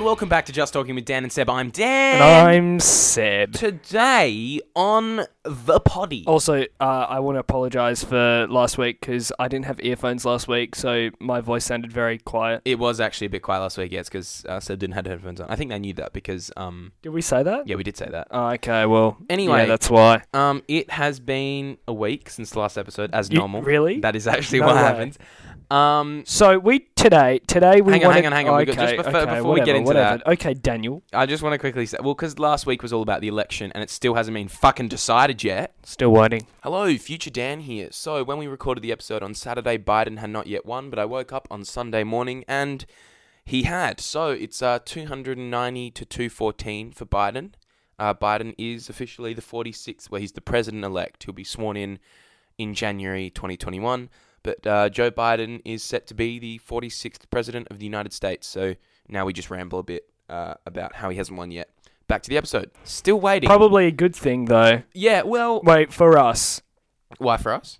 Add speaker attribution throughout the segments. Speaker 1: welcome back to Just Talking with Dan and Seb. I'm Dan.
Speaker 2: I'm Seb.
Speaker 1: Today on the potty.
Speaker 2: Also, uh, I want to apologise for last week because I didn't have earphones last week, so my voice sounded very quiet.
Speaker 1: It was actually a bit quiet last week, yes, because uh, Seb didn't have headphones on. I think they knew that because, um,
Speaker 2: Did we say that?
Speaker 1: yeah, we did say that.
Speaker 2: Oh, okay, well.
Speaker 1: Anyway.
Speaker 2: yeah, that's why.
Speaker 1: Um, it has been a week since the last episode, as
Speaker 2: You-
Speaker 1: normal.
Speaker 2: really?
Speaker 1: That is actually
Speaker 2: No
Speaker 1: what
Speaker 2: way.
Speaker 1: happens. Um,
Speaker 2: So we today today we
Speaker 1: Hang on,
Speaker 2: wanted,
Speaker 1: hang on, hang on, we
Speaker 2: Okay,
Speaker 1: got- just before-
Speaker 2: okay,
Speaker 1: before we get
Speaker 2: whatever,
Speaker 1: into
Speaker 2: whatever. Okay, Daniel,
Speaker 1: I just want to quickly say, well, because last week was all about the election, and it still hasn't been fucking decided yet.
Speaker 2: still waiting.
Speaker 1: Hello, future Dan here. So, when we recorded the episode on Saturday, Biden had not yet won, but I woke up on Sunday morning and he had. So, it's uh, 290 to 214 for Biden. Uh, Biden is officially the 46th, well, he's the president elect. He'll be sworn in in January 2021. But uh, Joe Biden is set to be the 46th president of the United States. So, now we just ramble a bit uh, about how he hasn't won yet. Back to the episode. Still waiting.
Speaker 2: Probably a good thing though.
Speaker 1: Yeah, well,
Speaker 2: Wait for us.
Speaker 1: why for us?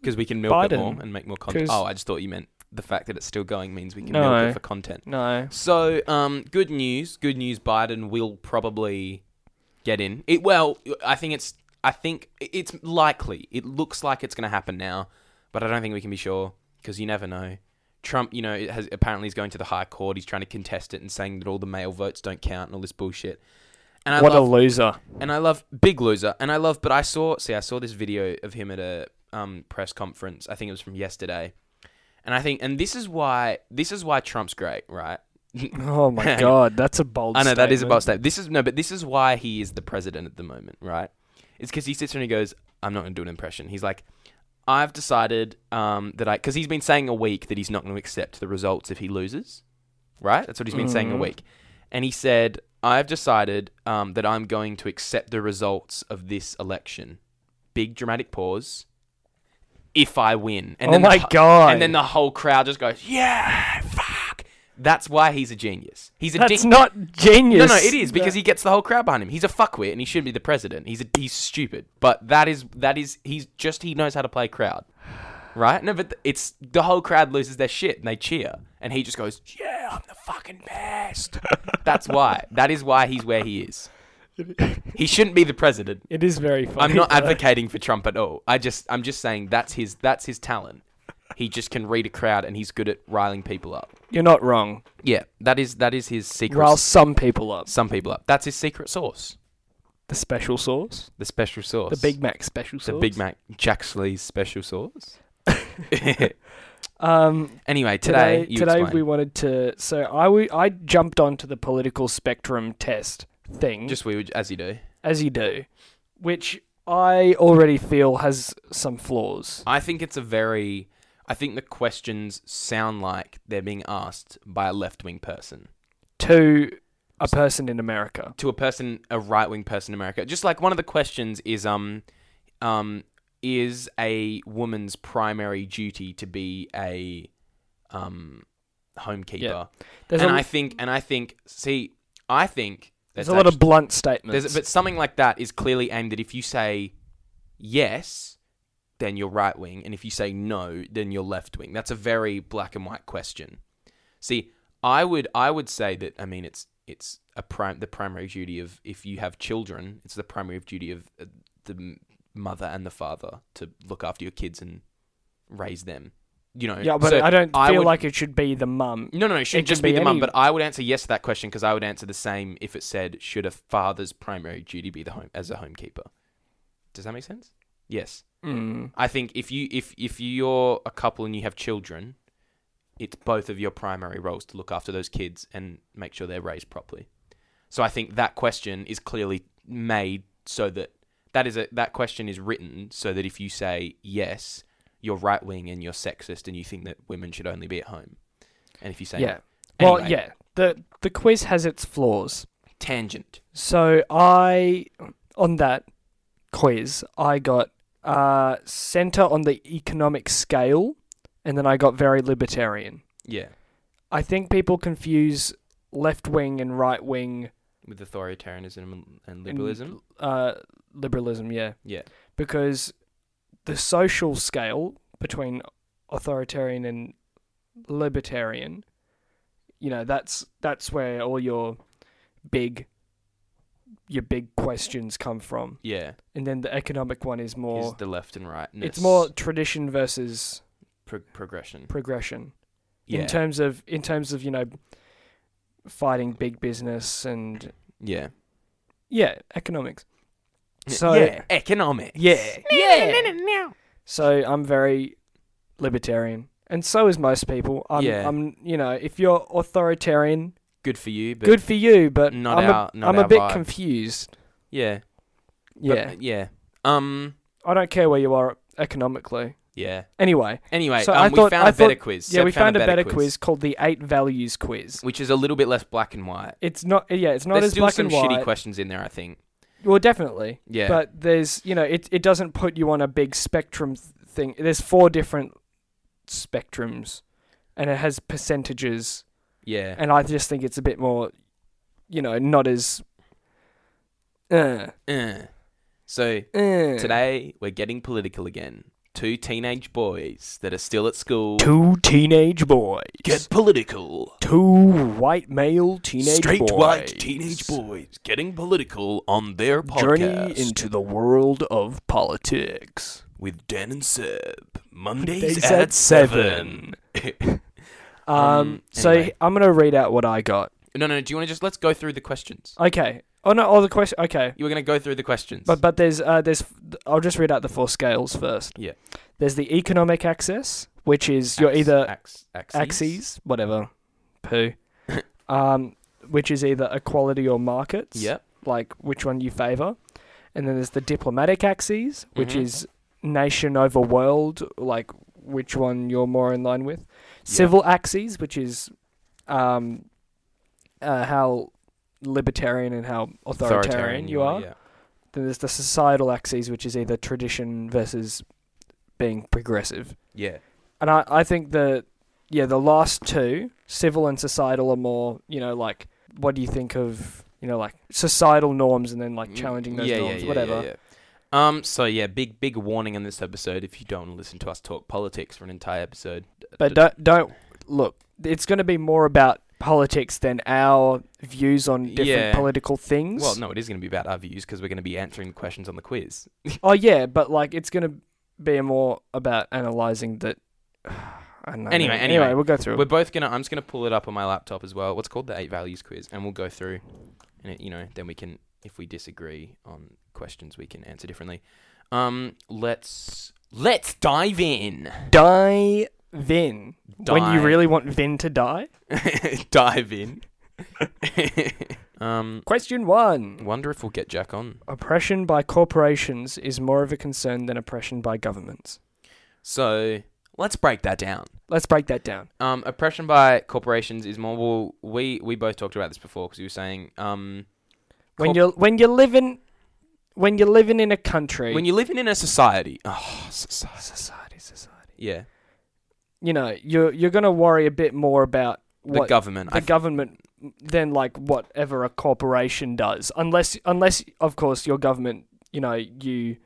Speaker 1: Because we can milk it
Speaker 2: Biden.
Speaker 1: more and make more content.
Speaker 2: 'Cause-
Speaker 1: Oh, I just thought you meant the fact that it's still going means we can milk
Speaker 2: No.
Speaker 1: it for content.
Speaker 2: No.
Speaker 1: So, um, good news. Good news. Biden will probably get in. It well, I think it's. I think i- it's likely. It looks like it's going to happen now, but I don't think we can be sure because you never know. Trump, you know, it has apparently is going to the high court. He's trying to contest it and saying that all the mail votes don't count and all this bullshit. And I
Speaker 2: what
Speaker 1: love,
Speaker 2: a loser.
Speaker 1: and I love Big Loser, and I love. But I saw, see, I saw this video of him at a um, press conference. I think it was from yesterday, and I think, and this is why, this is why Trump's great, right?
Speaker 2: Oh my god, that's a bold.
Speaker 1: I know that is a
Speaker 2: statement.
Speaker 1: bold statement. This is no, but this is why he is the president at the moment, right? It's because he sits there and he goes, "I'm not going to do an impression." He's like, "I've decided um, that I," because he's been saying a week that he's not going to accept the results if he loses, right? That's what he's been saying a
Speaker 2: Mhm.
Speaker 1: week, and he said, "I've decided um, that I'm going to accept the results of this election." Big dramatic pause. If I win, and
Speaker 2: Oh
Speaker 1: then the
Speaker 2: my
Speaker 1: hu-
Speaker 2: God.
Speaker 1: and then the whole crowd just goes, "Yeah, fuck." That's why he's a genius. He's a dick.
Speaker 2: That's not
Speaker 1: No,
Speaker 2: genius.
Speaker 1: no, it is because he gets the whole crowd behind him. He's a fuckwit, and he should be the president. He's a, he's stupid, but that is that is he's just he knows how to play crowd, right? No, but th- it's the whole crowd loses their shit and they cheer, and he just goes, "Yeah, I'm the fucking best." That's why. That is why he's where he is. He shouldn't be the president.
Speaker 2: It is very funny.
Speaker 1: I'm not
Speaker 2: though.
Speaker 1: advocating for Trump at all. I just I'm just saying that's his that's his talent. He just can read a crowd, and he's good at riling people up.
Speaker 2: You're not wrong.
Speaker 1: Yeah, that is that is his secret.
Speaker 2: Rile some people up.
Speaker 1: some people up. That's his secret sauce.
Speaker 2: The special sauce.
Speaker 1: The special sauce.
Speaker 2: The Big Mac special sauce.
Speaker 1: The Big Mac Jack Slee's special sauce.
Speaker 2: Um,
Speaker 1: anyway, today
Speaker 2: today,
Speaker 1: you
Speaker 2: today
Speaker 1: explain.
Speaker 2: we wanted to. So I w- I jumped onto the political spectrum test thing,
Speaker 1: just we would as you do.
Speaker 2: as you do, which I already feel has some flaws.
Speaker 1: I think it's a very I think the questions sound like they're being asked by a left-wing person
Speaker 2: To a person in America.
Speaker 1: to a person a right-wing person in America. Just like one of the questions is um um is a woman's primary duty to be a um homekeeper.
Speaker 2: There's
Speaker 1: and
Speaker 2: a,
Speaker 1: I think and I think see I think
Speaker 2: there's
Speaker 1: that's
Speaker 2: a lot
Speaker 1: actually-
Speaker 2: of blunt statements.
Speaker 1: There's, but something like that is clearly aimed at if you say yes, then you're right wing, and if you say no, then you're left wing. That's a very black and white question. See, I would I would say that I mean it's it's a prime the primary duty of if you have children, it's the primary duty of uh, the m- mother and the father to look after your kids and raise them. You know,
Speaker 2: yeah, but
Speaker 1: So
Speaker 2: I don't
Speaker 1: I
Speaker 2: feel
Speaker 1: would-
Speaker 2: like it should be the mum.
Speaker 1: no, no, no, it should
Speaker 2: It
Speaker 1: just
Speaker 2: can
Speaker 1: be,
Speaker 2: be
Speaker 1: the mum.
Speaker 2: any-
Speaker 1: But I would answer yes to that question because I would answer the same if it said, should a father's primary duty be the home as a homekeeper? Does that make sense? Yes,
Speaker 2: Mm.
Speaker 1: I think if you if if you're a couple and you have children, it's both of your primary roles to look after those kids and make sure they're raised properly. So I think that question is clearly made so that that is a that question is written so that if you say yes, you're right wing and you're sexist and you think that women should only be at home, and if you say
Speaker 2: Yeah. Well,
Speaker 1: Anyway.
Speaker 2: yeah. The the quiz has its flaws.
Speaker 1: tangent.
Speaker 2: So I on that quiz I got uh, center on the economic scale, and then I got very libertarian.
Speaker 1: Yeah,
Speaker 2: I think people confuse left wing and right wing
Speaker 1: with authoritarianism and liberalism.
Speaker 2: uh, liberalism, yeah,
Speaker 1: Yeah.
Speaker 2: because the social scale between authoritarian and libertarian you know that's that's where all your big your big questions come from,
Speaker 1: Yeah,
Speaker 2: and then the economic one is
Speaker 1: is
Speaker 2: more
Speaker 1: the left and right.
Speaker 2: it's more tradition versus
Speaker 1: pro- progression.
Speaker 2: progression
Speaker 1: Yeah,
Speaker 2: in terms of in terms of you know fighting big business and
Speaker 1: yeah.
Speaker 2: yeah economics.
Speaker 1: Yeah,
Speaker 2: So
Speaker 1: yeah, economics.
Speaker 2: yeah, yeah. So I'm very libertarian, and so is most people. I'm,
Speaker 1: Yeah.
Speaker 2: I'm you know, if you're authoritarian,
Speaker 1: Good for you, but
Speaker 2: good for you, but
Speaker 1: not
Speaker 2: I'm
Speaker 1: our-
Speaker 2: a,
Speaker 1: not
Speaker 2: am
Speaker 1: our
Speaker 2: a bit
Speaker 1: vibe.
Speaker 2: confused.
Speaker 1: yeah, but-
Speaker 2: Yeah,
Speaker 1: yeah. Um,
Speaker 2: I don't care where you are economically.
Speaker 1: yeah.
Speaker 2: Anyway,
Speaker 1: Anyway,
Speaker 2: So
Speaker 1: um,
Speaker 2: I
Speaker 1: we
Speaker 2: thought-
Speaker 1: found
Speaker 2: I
Speaker 1: a better
Speaker 2: thought-
Speaker 1: quiz.
Speaker 2: yeah,
Speaker 1: Seb
Speaker 2: we found, a better quiz.
Speaker 1: quiz,
Speaker 2: called the Eight Values Quiz.
Speaker 1: which is a little bit less black and white.
Speaker 2: It's not, yeah, it's not
Speaker 1: There's
Speaker 2: as
Speaker 1: still
Speaker 2: black
Speaker 1: some
Speaker 2: and white.
Speaker 1: shitty questions in there, I think.
Speaker 2: Well, definitely,
Speaker 1: Yeah,
Speaker 2: but there's you know, it it doesn't put you on a big spectrum th- thing. There's four different spectrums, and it has percentages
Speaker 1: yeah.
Speaker 2: and I just think it's a bit more, you know, not as. Uh,
Speaker 1: Uh. So
Speaker 2: uh.
Speaker 1: today we're getting political again. Two teenage boys that are still at school
Speaker 2: two teenage boys,
Speaker 1: get political.
Speaker 2: two white male teenage
Speaker 1: Straight
Speaker 2: boys,
Speaker 1: white teenage boys getting political on their podcast
Speaker 2: journey into the world of politics.
Speaker 1: with Dan and Seb Mondays
Speaker 2: Days
Speaker 1: at,
Speaker 2: at
Speaker 1: seven.
Speaker 2: Um,
Speaker 1: Um,
Speaker 2: so
Speaker 1: anyway.
Speaker 2: I'm gonna read out what I got.
Speaker 1: no, no. Do you want to just let's go through the questions?
Speaker 2: Okay. Oh no, all the question. Okay.
Speaker 1: You were going to go through the questions.
Speaker 2: But but there's uh, there's I'll just read out the four scales first.
Speaker 1: Yeah.
Speaker 2: There's the economic axis, which is you're
Speaker 1: Ax-
Speaker 2: either
Speaker 1: ax- axes?
Speaker 2: axes, whatever, poo, um, which is either equality or markets,
Speaker 1: Yep.
Speaker 2: like which one you favour. And then there's the diplomatic axes, which
Speaker 1: Mhm.
Speaker 2: is nation over world, like which one you're more in line with. Civil axes, which is um, uh, how libertarian and how authoritarian, you are.
Speaker 1: Yeah.
Speaker 2: Then there's the societal axes, which is either tradition versus being progressive.
Speaker 1: Yeah.
Speaker 2: And I, I think the yeah, the last two, civil and societal are more, you know, like what do you think of you know, like societal norms and then like
Speaker 1: Mm,
Speaker 2: challenging those
Speaker 1: yeah, yeah,
Speaker 2: norms,
Speaker 1: yeah, yeah,
Speaker 2: whatever.
Speaker 1: yeah. Um. So yeah, big big warning in this episode. If you don't want to listen to us talk politics for an entire episode,
Speaker 2: But don't don't look, it's gonna be more about politics than our views on different
Speaker 1: Yeah.
Speaker 2: political things.
Speaker 1: well, no, it is going to be about our views because we're going to be answering the questions on the quiz.
Speaker 2: Oh yeah, but like it's gonna be more about analysing that I don't know.
Speaker 1: Anyway,
Speaker 2: man.
Speaker 1: anyway,
Speaker 2: we'll go through
Speaker 1: We're
Speaker 2: it.
Speaker 1: both gonna. I'm just gonna pull it up on my laptop as well. What's called the eight values quiz, and we'll go through, and it, you know, then we can, if we disagree on questions, we can answer differently. Um. Let's let's dive in.
Speaker 2: Die Vin. When you
Speaker 1: Dive.
Speaker 2: really want Vin to die?
Speaker 1: dive in. um.
Speaker 2: Question one.
Speaker 1: Wonder if we'll get Jack on.
Speaker 2: Oppression by corporations is more of a concern than oppression by governments.
Speaker 1: So let's break that down.
Speaker 2: Let's break that down.
Speaker 1: Um, oppression by corporations is more. Well, we we both talked about this before because you were saying um,
Speaker 2: When
Speaker 1: Corp-
Speaker 2: you're when you're living when you're living in a country
Speaker 1: when you're living in a society. Oh, society.
Speaker 2: society society.
Speaker 1: Yeah,
Speaker 2: You know, you're you're gonna worry a bit more about
Speaker 1: the
Speaker 2: what
Speaker 1: government.
Speaker 2: the
Speaker 1: I,
Speaker 2: government than like whatever a corporation does. Unless unless of course your government, you know, you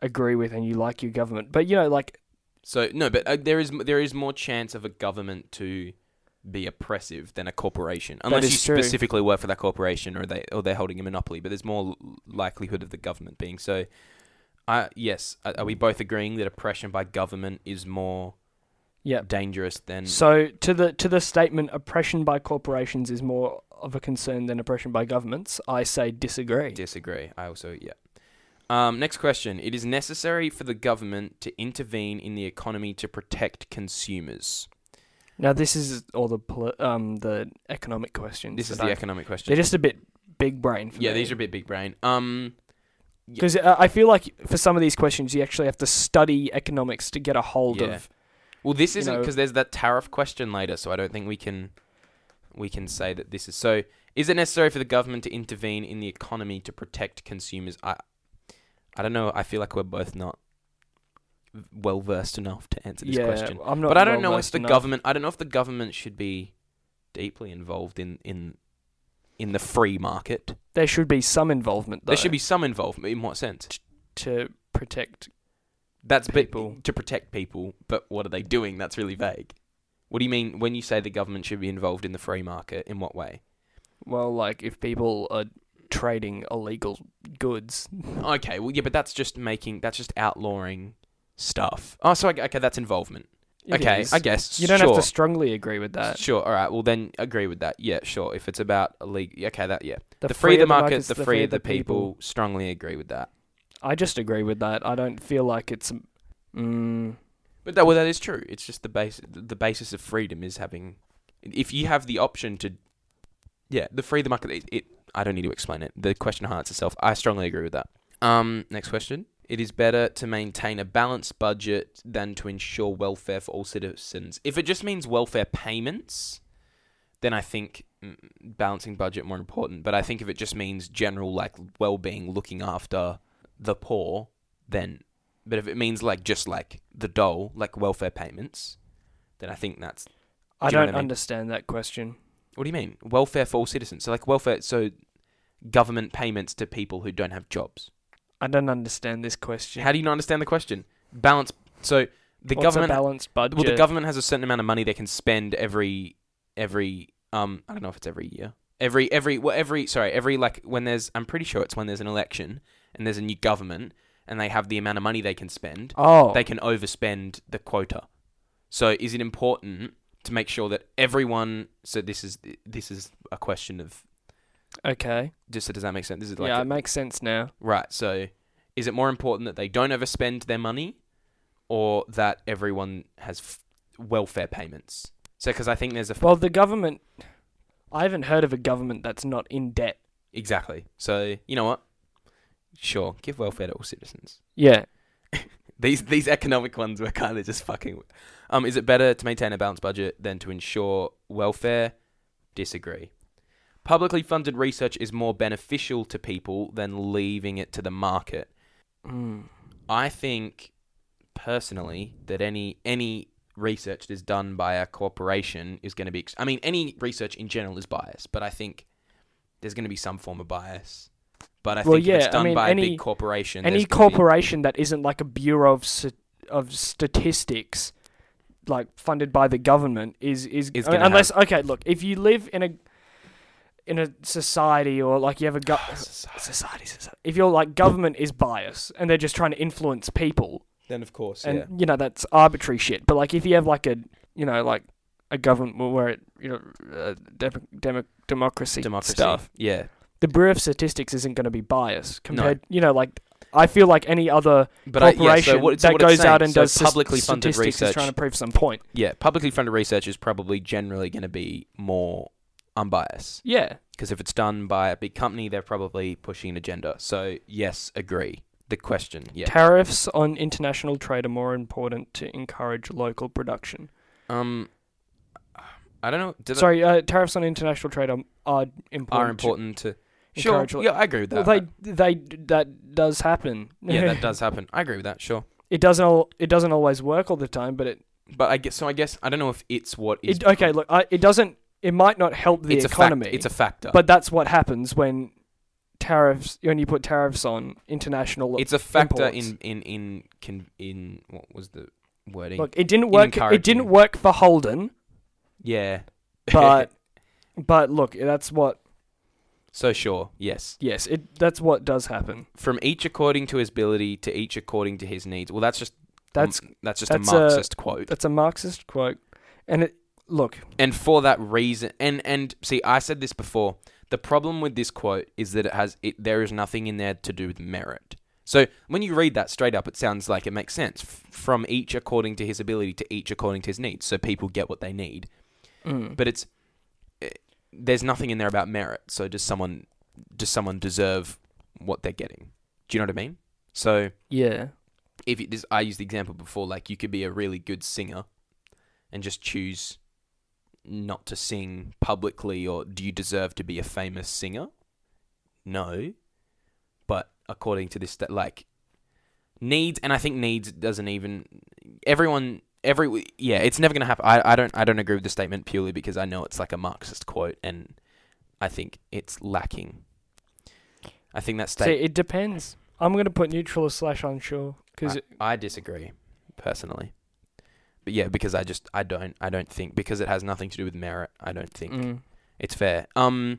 Speaker 2: agree with and you like your government. But you know, like
Speaker 1: so no, but uh, there is there is more chance of a government to be oppressive than a corporation, unless
Speaker 2: is
Speaker 1: you
Speaker 2: true.
Speaker 1: specifically work for that corporation or they or they're holding a monopoly. But there's more l- likelihood of the government being so. I yes, are, are we both agreeing that oppression by government is more
Speaker 2: yeah.
Speaker 1: dangerous than
Speaker 2: So to the to the statement oppression by corporations is more of a concern than oppression by governments, I say disagree.
Speaker 1: Disagree. I also, yeah. Um, next question. It is necessary for the government to intervene in the economy to protect consumers.
Speaker 2: now this is all the poli- um the economic questions.
Speaker 1: This
Speaker 2: that
Speaker 1: is the
Speaker 2: I-
Speaker 1: economic question.
Speaker 2: they're just a bit big brain for
Speaker 1: yeah, these are a bit big brain. Um, yeah.
Speaker 2: because uh, I feel like for some of these questions you actually have to study economics to get a hold
Speaker 1: Yeah.
Speaker 2: of.
Speaker 1: well, this
Speaker 2: You
Speaker 1: isn't
Speaker 2: know-
Speaker 1: because there's that tariff question later, so I don't think we can we can say that this is so. Is it necessary for the government to intervene in the economy to protect consumers? I I don't know. I feel like we're both not well versed enough to answer this
Speaker 2: yeah,
Speaker 1: question.
Speaker 2: I'm not.
Speaker 1: but I don't know if
Speaker 2: well-versed
Speaker 1: the
Speaker 2: enough.
Speaker 1: government. I don't know if the government should be deeply involved in in in the free market.
Speaker 2: There should be some involvement. Though,
Speaker 1: There should be some involvement. In what sense?
Speaker 2: to protect.
Speaker 1: That's but
Speaker 2: People.
Speaker 1: to protect people. But what are they doing? That's really vague. What do you mean when you say the government should be involved in the free market? In what way?
Speaker 2: Well, like if people are trading illegal goods,
Speaker 1: Okay, well, yeah, but that's just making that's just outlawing stuff. Oh, so I, okay, that's involvement.
Speaker 2: it
Speaker 1: okay,
Speaker 2: is.
Speaker 1: I guess
Speaker 2: You don't
Speaker 1: sure.
Speaker 2: have to strongly agree with that.
Speaker 1: Sure. All right. Well, then agree with that. Yeah. Sure. If it's about illegal, okay, that yeah. The, free of the market,
Speaker 2: markets,
Speaker 1: the free of the people. Strongly agree with that.
Speaker 2: I just agree with that. I don't feel like it's. Mm,
Speaker 1: But that well, that is true. It's just the base. The basis of freedom is having. If you have the option to, yeah, the free of the market. It, it. I don't need to explain it. The question highlights itself. I strongly agree with that. Um. Next question. It is better to maintain a balanced budget than to ensure welfare for all citizens. If it just means welfare payments, then I think mm, balancing budget more important. But I think if it just means general like well-being, looking after the poor, then but if it means like just like the dole, like welfare payments, then I think that's
Speaker 2: I
Speaker 1: Do you know
Speaker 2: don't
Speaker 1: what I mean?
Speaker 2: understand that question.
Speaker 1: what do you mean? Welfare for all citizens. So like welfare so government payments to people who don't have jobs.
Speaker 2: I don't understand this question.
Speaker 1: How do you not understand the question? Balance so the
Speaker 2: What's
Speaker 1: government
Speaker 2: a balanced budget?
Speaker 1: well the government has a certain amount of money they can spend every every um I don't know if it's every year. Every every well, every sorry, every like when there's I'm pretty sure it's when there's an election and there's a new government and they have the amount of money they can spend.
Speaker 2: Oh,
Speaker 1: they can overspend the quota. So is it important to make sure that everyone? So this is this is a question of
Speaker 2: okay.
Speaker 1: just so does that make sense? This is like
Speaker 2: yeah,
Speaker 1: a-
Speaker 2: it makes sense now.
Speaker 1: right. So is it more important that they don't overspend their money, or that everyone has f- welfare payments? So because I think there's a f-
Speaker 2: Well, the government. I haven't heard of a government that's not in debt.
Speaker 1: exactly. So you know what? Sure, give welfare to all citizens.
Speaker 2: Yeah.
Speaker 1: These these economic ones were kind of just fucking. Um, is it better to maintain a balanced budget than to ensure welfare? Disagree. Publicly funded research is more beneficial to people than leaving it to the market.
Speaker 2: Mm.
Speaker 1: I think personally that any any research that is done by a corporation is going to be. ex- I mean, any research in general is biased, but I think there's going to be some form of bias. But I
Speaker 2: Well,
Speaker 1: think if
Speaker 2: yeah, I
Speaker 1: it's done
Speaker 2: mean,
Speaker 1: by a
Speaker 2: any-
Speaker 1: big corporation,
Speaker 2: Any
Speaker 1: there's gonna be-
Speaker 2: corporation that isn't like a bureau of st- of statistics, like funded by the government, is is,
Speaker 1: Is
Speaker 2: I
Speaker 1: gonna
Speaker 2: mean, unless okay. Look, if you live in a in a society or like you have a go- society, society, if your like government is biased and they're just trying to influence people,
Speaker 1: then of course,
Speaker 2: and
Speaker 1: yeah.
Speaker 2: you know that's arbitrary shit. But like if you have like a you know like a government where it you know uh, dem- demo democracy,
Speaker 1: democracy
Speaker 2: stuff,
Speaker 1: Yeah,
Speaker 2: the Bureau of Statistics isn't going to be biased compared. You know like. I feel like any other
Speaker 1: but I, yeah,
Speaker 2: corporation
Speaker 1: so what, so
Speaker 2: that
Speaker 1: what it's
Speaker 2: goes out
Speaker 1: saying,
Speaker 2: and
Speaker 1: so
Speaker 2: does
Speaker 1: publicly
Speaker 2: publicly
Speaker 1: funded
Speaker 2: statistics is
Speaker 1: research.
Speaker 2: trying to prove some point.
Speaker 1: Yeah, publicly funded research is probably generally going to be more unbiased
Speaker 2: Yeah,
Speaker 1: because if it's done by a big company, they're probably pushing an agenda. So yes, agree. The question, yeah.
Speaker 2: tariffs on international trade are more important to encourage local production.
Speaker 1: Um, I don't know. Did I-
Speaker 2: Sorry, uh, tariffs on international trade are, are important.
Speaker 1: are
Speaker 2: to
Speaker 1: important to? Sure.
Speaker 2: encourage
Speaker 1: Yeah, I agree with
Speaker 2: Well,
Speaker 1: that.
Speaker 2: they they that does happen.
Speaker 1: yeah, that does happen. I agree with that. Sure.
Speaker 2: it doesn't all it doesn't always work all the time, but it,
Speaker 1: But I guess so. I guess I don't know if it's what is.
Speaker 2: it okay. Look, I, it doesn't. It might not help the
Speaker 1: it's
Speaker 2: economy.
Speaker 1: A fact, it's a factor.
Speaker 2: but that's what happens when tariffs when you put tariffs on international.
Speaker 1: it's a factor
Speaker 2: imports.
Speaker 1: in in in con, in what was the wording?
Speaker 2: look, it didn't work. It
Speaker 1: encouraging.
Speaker 2: didn't work for Holden,
Speaker 1: yeah.
Speaker 2: but but look, that's what.
Speaker 1: So sure, yes.
Speaker 2: Yes, it that's what does happen.
Speaker 1: From each according to his ability to each according to his needs. Well, that's just
Speaker 2: That's
Speaker 1: um, that's just
Speaker 2: that's
Speaker 1: a
Speaker 2: a-
Speaker 1: Marxist quote.
Speaker 2: that's a Marxist quote, and it look.
Speaker 1: And for that reason, and and see, I said this before. The problem with this quote is that it has it. There is nothing in there to do with merit. So when you read that straight up, it sounds like it makes sense. F- from each according to his ability to each according to his needs. So people get what they need.
Speaker 2: Mm.
Speaker 1: But it's it, there's nothing in there about merit. So does someone does someone deserve what they're getting? Do you know what I mean? So
Speaker 2: yeah,
Speaker 1: if it, this, I used the example before, like you could be a really good singer and just choose not to sing publicly, or do you deserve to be a famous singer? No, but according to this, that like needs, and I think needs doesn't even everyone every yeah, it's never gonna happen. I, I don't I don't agree with the statement purely because I know it's like a Marxist quote, and I think it's lacking. I think that
Speaker 2: see,
Speaker 1: statement.
Speaker 2: it depends. I'm gonna put neutral slash unsure because
Speaker 1: I, I disagree personally But yeah, because I just I don't I don't think because it has nothing to do with merit. I don't think
Speaker 2: Mm.
Speaker 1: it's fair. Um,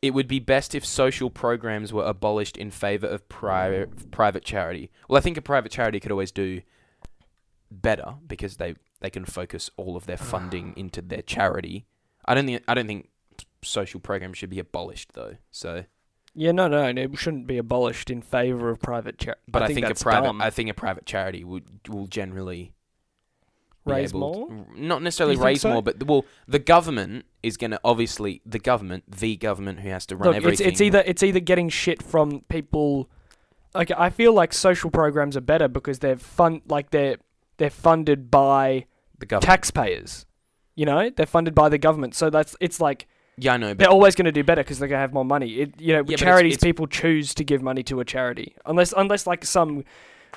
Speaker 1: it would be best if social programs were abolished in favor of pri- private charity. Well, I think a private charity could always do better because they they can focus all of their
Speaker 2: Ah.
Speaker 1: funding into their charity. I don't think I don't think social programs should be abolished though. So,
Speaker 2: Yeah, no, no, no, it shouldn't be abolished in favor of private charity.
Speaker 1: but I, think,
Speaker 2: that's
Speaker 1: a private
Speaker 2: dumb.
Speaker 1: I think a private charity would will generally be
Speaker 2: raise
Speaker 1: able to-
Speaker 2: more.
Speaker 1: not necessarily
Speaker 2: You think
Speaker 1: raise
Speaker 2: so?
Speaker 1: more, but the- well, the government is going to obviously the government, the government who has to run
Speaker 2: Look, it's,
Speaker 1: everything.
Speaker 2: it's either it's either getting shit from people. Like I feel like social programs are better because they're fun, like they're they're funded by
Speaker 1: the government.
Speaker 2: taxpayers. You know, they're funded by the government, so that's it's like
Speaker 1: yeah, I know, but
Speaker 2: they're always going to do better because they're going to have more money. It, you know,
Speaker 1: but it's-
Speaker 2: charities
Speaker 1: it's-
Speaker 2: people choose to give money to a charity, unless unless like some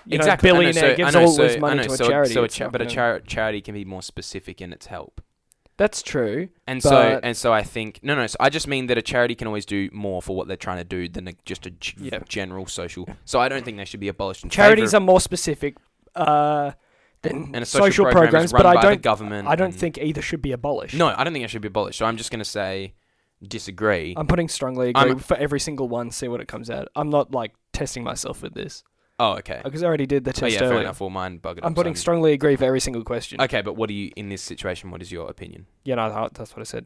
Speaker 2: you
Speaker 1: exactly.
Speaker 2: know
Speaker 1: I know,
Speaker 2: billionaire
Speaker 1: so-
Speaker 2: gives
Speaker 1: I know,
Speaker 2: all
Speaker 1: so,
Speaker 2: his money
Speaker 1: I know,
Speaker 2: to a
Speaker 1: so,
Speaker 2: charity.
Speaker 1: So a
Speaker 2: it's
Speaker 1: cha-
Speaker 2: not
Speaker 1: but a
Speaker 2: gonna-
Speaker 1: char- charity can be more specific in its help,
Speaker 2: that's true.
Speaker 1: and so
Speaker 2: But-
Speaker 1: and so I think no, no. So I just mean that a charity can always do more for what they're trying to do than a, just a g-
Speaker 2: Yeah.
Speaker 1: general social. So I don't think they should be abolished. In
Speaker 2: Charities
Speaker 1: favor
Speaker 2: are more specific uh, than
Speaker 1: and a social,
Speaker 2: social,
Speaker 1: program is
Speaker 2: programs,
Speaker 1: run
Speaker 2: but I
Speaker 1: by
Speaker 2: don't
Speaker 1: the government.
Speaker 2: I don't
Speaker 1: and-
Speaker 2: think either should be abolished.
Speaker 1: no, I don't think it should be abolished. So I'm just going to say disagree.
Speaker 2: I'm putting strongly agree
Speaker 1: I'm-
Speaker 2: for every single one. See what it comes out. I'm not like testing myself with this
Speaker 1: oh, okay.
Speaker 2: because I already did the test
Speaker 1: Oh yeah,
Speaker 2: earlier.
Speaker 1: fair enough. Well, mine buggered.
Speaker 2: I'm
Speaker 1: up,
Speaker 2: putting
Speaker 1: so
Speaker 2: strongly agree for every single question.
Speaker 1: Okay, but what do you in this situation? What is your opinion?
Speaker 2: Yeah, no, that- that's what I said.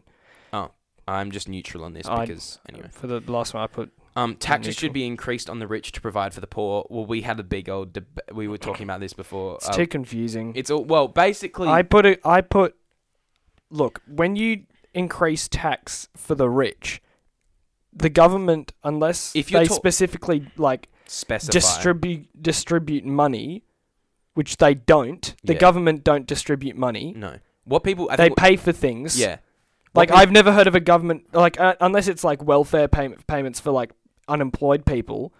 Speaker 1: I'm just neutral on this
Speaker 2: I-
Speaker 1: because anyway.
Speaker 2: For the last one, I put
Speaker 1: Um, taxes should
Speaker 2: neutral.
Speaker 1: be increased on the rich to provide for the poor. Well, we had a big old deb we were talking about this before.
Speaker 2: it's
Speaker 1: Uh,
Speaker 2: too confusing.
Speaker 1: it's all well, basically.
Speaker 2: I put it. I put. Look, when you increase tax for the rich, the government, unless
Speaker 1: If you're
Speaker 2: they
Speaker 1: ta-
Speaker 2: specifically like
Speaker 1: specify.
Speaker 2: distribute distribute money, which they don't, the
Speaker 1: Yeah.
Speaker 2: government don't distribute money.
Speaker 1: no, what people I
Speaker 2: they
Speaker 1: think.
Speaker 2: pay for things.
Speaker 1: yeah,
Speaker 2: Like
Speaker 1: What we-
Speaker 2: I've never heard of a government like uh, unless it's like welfare payment payments for like unemployed people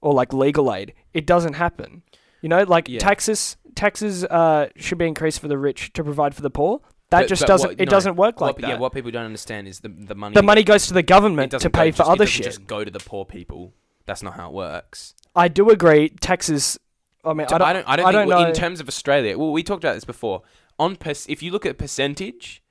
Speaker 2: or like legal aid. It doesn't happen. You know, like
Speaker 1: Yeah.
Speaker 2: taxes taxes uh, should be increased for the rich to provide for the poor. That
Speaker 1: But-
Speaker 2: just
Speaker 1: but
Speaker 2: doesn't
Speaker 1: what-
Speaker 2: it
Speaker 1: no.
Speaker 2: doesn't work like
Speaker 1: what,
Speaker 2: that.
Speaker 1: yeah. What people don't understand is the the money.
Speaker 2: the money goes to the
Speaker 1: it
Speaker 2: government to
Speaker 1: doesn't
Speaker 2: pay
Speaker 1: go,
Speaker 2: for
Speaker 1: just,
Speaker 2: other
Speaker 1: it doesn't
Speaker 2: shit.
Speaker 1: Just go to the poor people. That's not how it works.
Speaker 2: I do agree taxes I mean I don't
Speaker 1: I don't. I don't,
Speaker 2: I
Speaker 1: think
Speaker 2: don't
Speaker 1: well,
Speaker 2: know.
Speaker 1: in terms of Australia. Well, we talked about this before. On per- if you look at percentage,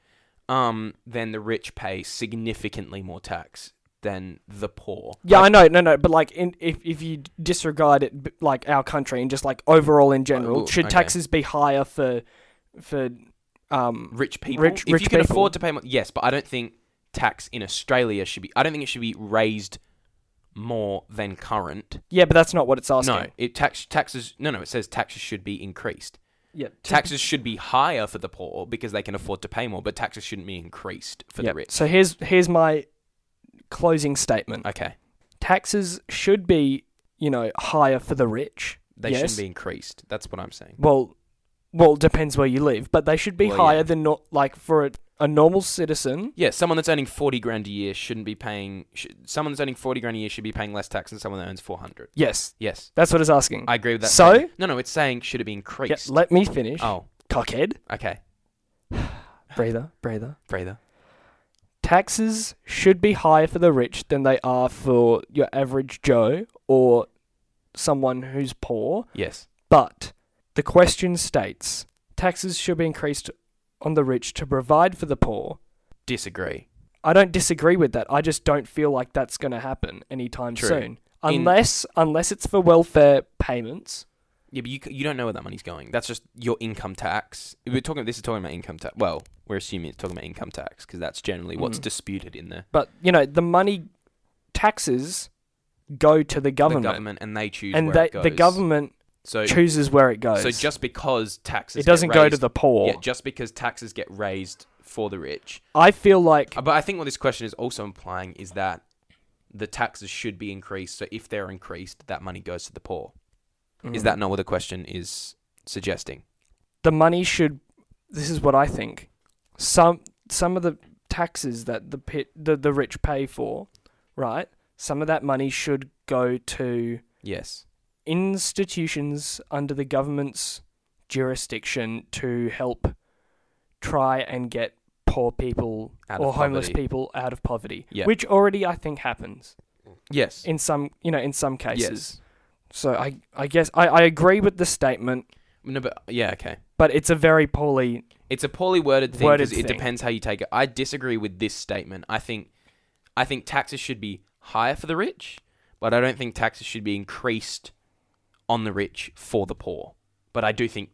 Speaker 1: um, then the rich pay significantly more tax than the poor.
Speaker 2: yeah, I know, no, no, but like, in, if if you disregard it, b- like our country and just like overall in general,
Speaker 1: well,
Speaker 2: should
Speaker 1: okay.
Speaker 2: taxes be higher for, for, um,
Speaker 1: rich people.
Speaker 2: Rich-
Speaker 1: if
Speaker 2: rich
Speaker 1: you can
Speaker 2: people.
Speaker 1: afford to pay more, yes, but I don't think tax in Australia should be. I don't think it should be raised more than current.
Speaker 2: Yeah, but that's not what it's asking.
Speaker 1: No, it tax taxes. No, no, it says taxes should be increased.
Speaker 2: Yeah. t-
Speaker 1: Taxes should be higher for the poor because they can afford to pay more, but taxes shouldn't be increased for
Speaker 2: yeah.
Speaker 1: the rich.
Speaker 2: So here's here's my closing statement.
Speaker 1: Okay,
Speaker 2: Taxes should be, you know, higher for the rich.
Speaker 1: they
Speaker 2: yes.
Speaker 1: shouldn't be increased. That's what I'm saying.
Speaker 2: Well, well, depends where you live, but they should be
Speaker 1: Well,
Speaker 2: higher
Speaker 1: yeah.
Speaker 2: than not like for a, a normal citizen.
Speaker 1: Yeah, someone that's earning forty grand a year shouldn't be paying. Should, someone that's earning forty grand a year should be paying less tax than someone that earns four hundred.
Speaker 2: Yes,
Speaker 1: Yes,
Speaker 2: that's what it's asking.
Speaker 1: I agree with that.
Speaker 2: So?
Speaker 1: statement. no, no, it's saying should it be
Speaker 2: Yeah,
Speaker 1: increased?
Speaker 2: let me finish.
Speaker 1: oh,
Speaker 2: Cockhead,
Speaker 1: okay,
Speaker 2: breather, breather.
Speaker 1: breather.
Speaker 2: Taxes should be higher for the rich than they are for your average Joe or someone who's poor.
Speaker 1: Yes.
Speaker 2: But the question states taxes should be increased on the rich to provide for the poor.
Speaker 1: disagree.
Speaker 2: I don't disagree with that. I just don't feel like that's going to happen anytime
Speaker 1: True.
Speaker 2: soon. Unless unless it's for welfare payments.
Speaker 1: Yeah, but you, c- you don't know where that money's going. That's just your income tax. We're talking. This is talking about income tax. Well, we're assuming it's talking about income tax because that's generally what's
Speaker 2: Mm.
Speaker 1: disputed in the,
Speaker 2: But, you know, the money taxes go to the
Speaker 1: the
Speaker 2: government.
Speaker 1: government, and they choose
Speaker 2: and
Speaker 1: where
Speaker 2: they,
Speaker 1: it goes.
Speaker 2: the government
Speaker 1: So
Speaker 2: chooses where it goes.
Speaker 1: so just because taxes
Speaker 2: it doesn't
Speaker 1: get
Speaker 2: go to
Speaker 1: raised-
Speaker 2: the poor.
Speaker 1: yeah, just because taxes get raised for the rich.
Speaker 2: I feel like
Speaker 1: Uh, But I think what this question is also implying is that the taxes should be increased. So if they're increased, that money goes to the poor. Is
Speaker 2: Mm.
Speaker 1: that not what the question is suggesting?
Speaker 2: the money should this is what I think some some of the taxes that the pit the, the rich pay for right some of that money should go to
Speaker 1: Yes.
Speaker 2: institutions under the government's jurisdiction to help try and get poor people
Speaker 1: Out of
Speaker 2: or homeless
Speaker 1: poverty.
Speaker 2: people out of poverty
Speaker 1: Yeah.
Speaker 2: which already I think happens
Speaker 1: Yes.
Speaker 2: in some you know in some cases
Speaker 1: Yes.
Speaker 2: so I I guess I, I agree with the statement
Speaker 1: No, but yeah, okay.
Speaker 2: But it's a very poorly.
Speaker 1: It's a poorly worded thing
Speaker 2: Worded
Speaker 1: because it
Speaker 2: thing.
Speaker 1: depends how you take it. I disagree with this statement. I think, I think taxes should be higher for the rich, but I don't think taxes should be increased on the rich for the poor. But I do think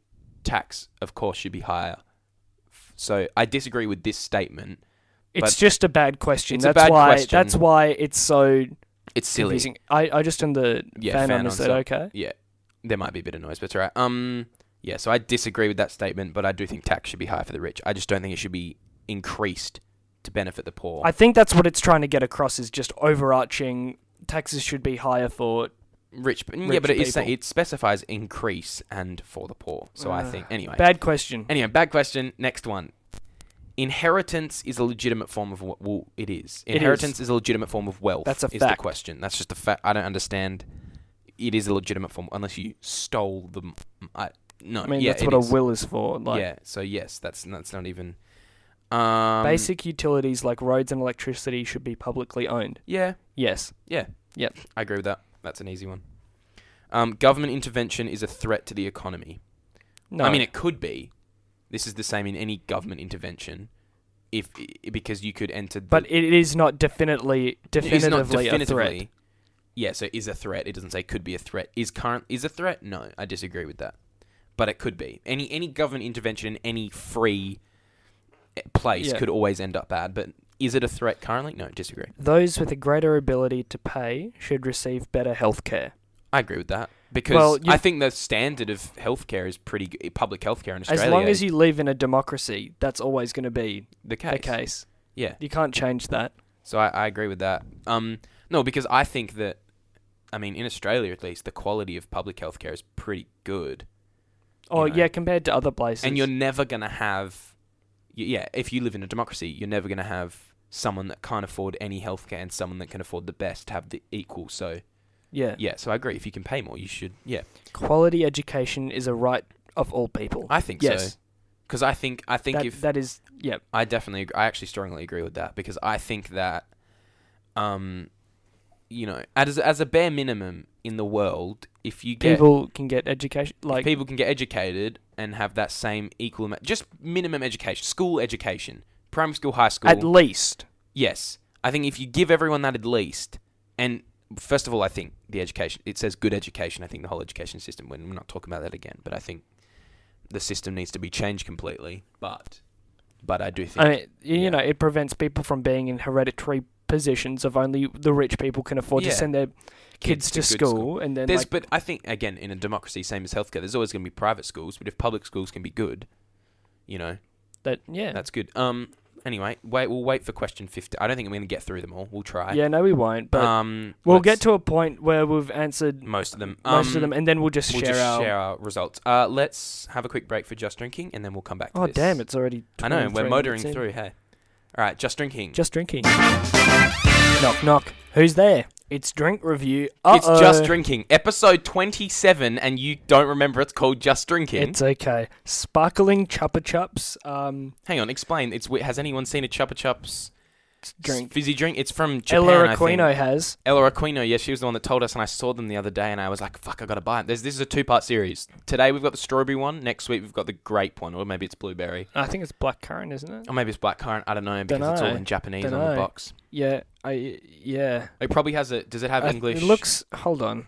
Speaker 1: tax, of course, should be higher. F- So I disagree with this statement.
Speaker 2: It's
Speaker 1: But-
Speaker 2: just a bad question.
Speaker 1: It's a
Speaker 2: that's
Speaker 1: bad
Speaker 2: why.
Speaker 1: question.
Speaker 2: That's why it's so
Speaker 1: It's silly.
Speaker 2: confusing. I, I just turned the
Speaker 1: Yeah,
Speaker 2: fan,
Speaker 1: fan
Speaker 2: on.
Speaker 1: on,
Speaker 2: Is that
Speaker 1: so-
Speaker 2: okay?
Speaker 1: Yeah, there might be a bit of noise, but it's alright. Um, yeah. So I disagree with that statement, but I do think tax should be higher for the rich. I just don't think it should be increased to benefit the poor.
Speaker 2: I think that's what it's trying to get across. Is just overarching taxes should be higher for.
Speaker 1: rich, but yeah,
Speaker 2: Rich
Speaker 1: but it, is,
Speaker 2: people.
Speaker 1: it specifies increase and for the poor. So I
Speaker 2: Ugh.
Speaker 1: think anyway.
Speaker 2: Bad question.
Speaker 1: anyway, bad question. Next one. Inheritance is a legitimate form of we- well, it is.
Speaker 2: It is.
Speaker 1: Inheritance is. a legitimate form of wealth.
Speaker 2: That's a
Speaker 1: is
Speaker 2: fact.
Speaker 1: the question. That's just a fact. I don't understand. It is a legitimate form unless you stole them. I no.
Speaker 2: I mean,
Speaker 1: uh, yeah,
Speaker 2: that's
Speaker 1: it
Speaker 2: what a
Speaker 1: is.
Speaker 2: will is for. Like
Speaker 1: yeah. So yes, that's that's not even. Um,
Speaker 2: basic utilities like roads and electricity should be publicly owned.
Speaker 1: Yeah,
Speaker 2: Yes.
Speaker 1: I agree with that. That's an easy one. Um, government intervention is a threat to the economy.
Speaker 2: No.
Speaker 1: I mean, it could be. This is the same in any government intervention, if i- because you could enter. The,
Speaker 2: but it is not definitely
Speaker 1: It is
Speaker 2: definitively, a threat.
Speaker 1: Yeah, so is a threat. It doesn't say could be a threat. Is current is a threat? No, I disagree with that. But it could be any any government intervention in any free eh, place
Speaker 2: Yeah.
Speaker 1: could always end up bad. But is it a threat currently? No, disagree.
Speaker 2: Those with a greater ability to pay should receive better health care.
Speaker 1: I agree with that because
Speaker 2: Well, you-
Speaker 1: I think the standard of healthcare is pretty good. Public healthcare in Australia,
Speaker 2: As long
Speaker 1: is
Speaker 2: as you live in a democracy, that's always going to be
Speaker 1: the
Speaker 2: the
Speaker 1: case.
Speaker 2: case.
Speaker 1: Yeah,
Speaker 2: You can't change that.
Speaker 1: So I, I agree with that. Um, no, because I think that, I mean, in Australia at least, the quality of public healthcare is pretty good,
Speaker 2: Oh
Speaker 1: You know.
Speaker 2: yeah, compared to other places.
Speaker 1: and you're never gonna have, y- yeah, if you live in a democracy, you're never gonna have someone that can't afford any healthcare and someone that can afford the best have the equal. So
Speaker 2: yeah.
Speaker 1: yeah, so I agree. If you can pay more, you should. Yeah,
Speaker 2: Quality education is a right of all people.
Speaker 1: I think so.
Speaker 2: yes.
Speaker 1: 'Cause Because I think I think
Speaker 2: that,
Speaker 1: if
Speaker 2: that is yeah.
Speaker 1: I definitely, agree. I actually strongly agree with that because I think that, um, you know, as as a bare minimum in the world, if you get
Speaker 2: People can get education
Speaker 1: if
Speaker 2: like
Speaker 1: people can get educated and have that same equal amount, just minimum education, school education, primary school, high school.
Speaker 2: at least.
Speaker 1: yes, I think if you give everyone that at least, and first of all, I think the education it says good education. I think the whole education system. When we're not talking about that again, but I think the system needs to be changed completely. But but I do think
Speaker 2: I mean, you
Speaker 1: yeah.
Speaker 2: know, it prevents people from being in hereditary positions of only the rich people can afford
Speaker 1: Yeah.
Speaker 2: to send their kids, to,
Speaker 1: good
Speaker 2: school, and then
Speaker 1: There's,
Speaker 2: like
Speaker 1: but I think again in a democracy, same as healthcare, there's always going to be private schools. But if public schools can be good, you know,
Speaker 2: that yeah.
Speaker 1: that's good. Um. Anyway, wait. We'll wait for question fifty. I don't think I'm going to get through them all. We'll try.
Speaker 2: yeah, no we won't, but
Speaker 1: um.
Speaker 2: we'll
Speaker 1: let's-
Speaker 2: get to a point where we've answered
Speaker 1: most of them.
Speaker 2: most
Speaker 1: Um,
Speaker 2: of them and then we'll just
Speaker 1: We'll
Speaker 2: share
Speaker 1: just
Speaker 2: our
Speaker 1: share our results. Uh, let's have a quick break for just drinking, and then we'll come back. To
Speaker 2: Oh
Speaker 1: this.
Speaker 2: damn, it's already
Speaker 1: I know
Speaker 2: 23
Speaker 1: we're motoring
Speaker 2: minutes in.
Speaker 1: through. Hey. All right, just drinking.
Speaker 2: Just drinking. knock knock. Who's there? It's drink review. uh
Speaker 1: it's just drinking. Episode twenty-seven, and you don't remember it's called just drinking.
Speaker 2: It's okay. Sparkling Chupa Chups um
Speaker 1: Hang on, explain. It's wi- has anyone seen a Chupa Chups
Speaker 2: drink.
Speaker 1: fizzy drink? It's from Japan.
Speaker 2: Ella
Speaker 1: I think.
Speaker 2: Aquino has.
Speaker 1: Ella Aquino, yeah, she was the one that told us, and I saw them the other day, and I was like, "Fuck, I gotta buy it." There's, this is a two-part series. Today we've got the strawberry one. Next week we've got the grape one, or maybe it's blueberry,
Speaker 2: I think it's black currant, isn't it?
Speaker 1: or maybe it's blackcurrant. I don't know because it's all
Speaker 2: Dunno.
Speaker 1: in Japanese on the
Speaker 2: Dunno.
Speaker 1: box.
Speaker 2: Yeah, I yeah.
Speaker 1: It probably has a. Does it have
Speaker 2: I-
Speaker 1: English?
Speaker 2: Uh, It looks. Hold on.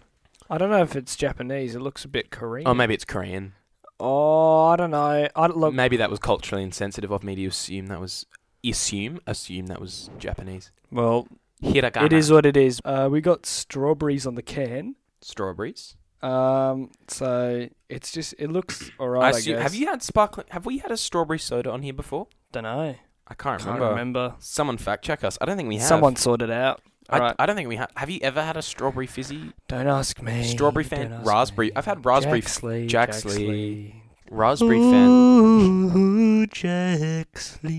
Speaker 2: I don't know if it's Japanese. It looks a bit Korean.
Speaker 1: Oh, maybe it's Korean.
Speaker 2: oh, I don't know. I don't look.
Speaker 1: Maybe that was culturally insensitive of me to assume that was assume assume that was Japanese.
Speaker 2: Well,
Speaker 1: Hiragana.
Speaker 2: it is what it is. Uh, we got strawberries on the can.
Speaker 1: strawberries.
Speaker 2: Um, so it's just it looks alright.
Speaker 1: I
Speaker 2: I,
Speaker 1: assume,
Speaker 2: guess.
Speaker 1: have you had sparkling? Have we had a strawberry soda on here before?
Speaker 2: Don't know.
Speaker 1: I can't,
Speaker 2: Can't
Speaker 1: remember.
Speaker 2: remember.
Speaker 1: Someone fact check us. I don't think we have.
Speaker 2: Someone sorted out.
Speaker 1: I,
Speaker 2: Alright.
Speaker 1: I don't think we have. Have you ever had a strawberry fizzy?
Speaker 2: Don't ask me.
Speaker 1: Strawberry fan-
Speaker 2: Don't ask
Speaker 1: raspberry-
Speaker 2: me.
Speaker 1: I've had raspberry f-
Speaker 2: Jaxley.
Speaker 1: Jax Lee. Raspberry fan.
Speaker 2: Ooh, Jaxley.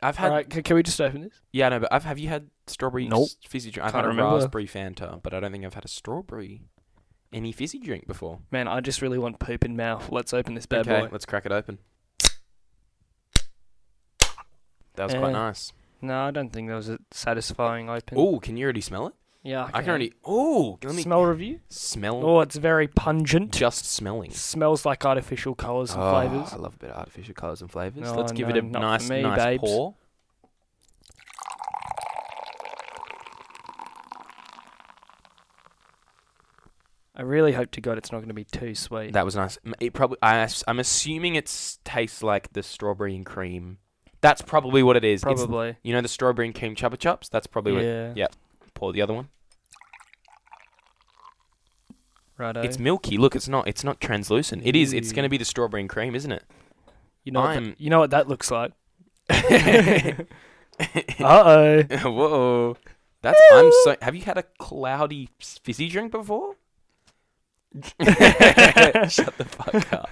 Speaker 1: I've had.
Speaker 2: All right, can, can we just open this?
Speaker 1: Yeah, no, but I've, have you had strawberry
Speaker 2: Nope.
Speaker 1: s- fizzy drink? I've
Speaker 2: Can't
Speaker 1: had a
Speaker 2: remember.
Speaker 1: raspberry Fanta, but I don't think I've had a strawberry any fizzy drink before.
Speaker 2: Man, I just really want poop in mouth. Let's open this bad
Speaker 1: okay,
Speaker 2: boy.
Speaker 1: let's crack it open. That was quite
Speaker 2: Eh.
Speaker 1: nice.
Speaker 2: No, I don't think that was a satisfying open.
Speaker 1: Oh, can you already smell it?
Speaker 2: Yeah,
Speaker 1: I can already. Oh, let me
Speaker 2: smell review.
Speaker 1: smell.
Speaker 2: Oh, it's very pungent.
Speaker 1: Just smelling.
Speaker 2: Smells like artificial colours and
Speaker 1: Oh,
Speaker 2: flavours.
Speaker 1: I love a bit of artificial colours and flavours.
Speaker 2: No,
Speaker 1: Let's give
Speaker 2: no,
Speaker 1: it a
Speaker 2: not for
Speaker 1: nice,
Speaker 2: me,
Speaker 1: nice
Speaker 2: babes.
Speaker 1: pour.
Speaker 2: I really hope to God it's not going to be too sweet.
Speaker 1: That was nice. M- It probably. I, ass- I'm assuming it tastes like the strawberry and cream. That's probably what it is. It's-
Speaker 2: Probably.
Speaker 1: you know the strawberry and cream chupa chups. That's probably what.
Speaker 2: yeah.
Speaker 1: yeah. Pour the other one.
Speaker 2: Righto.
Speaker 1: It's milky. Look, it's not. It's not translucent. It is. It's going to
Speaker 2: Ew.
Speaker 1: be the strawberry and cream, isn't it?
Speaker 2: you know, what
Speaker 1: I'm-
Speaker 2: that, you know what that looks like. uh oh.
Speaker 1: Whoa. That's I'm so have you had a cloudy s- fizzy drink before? Shut the fuck up.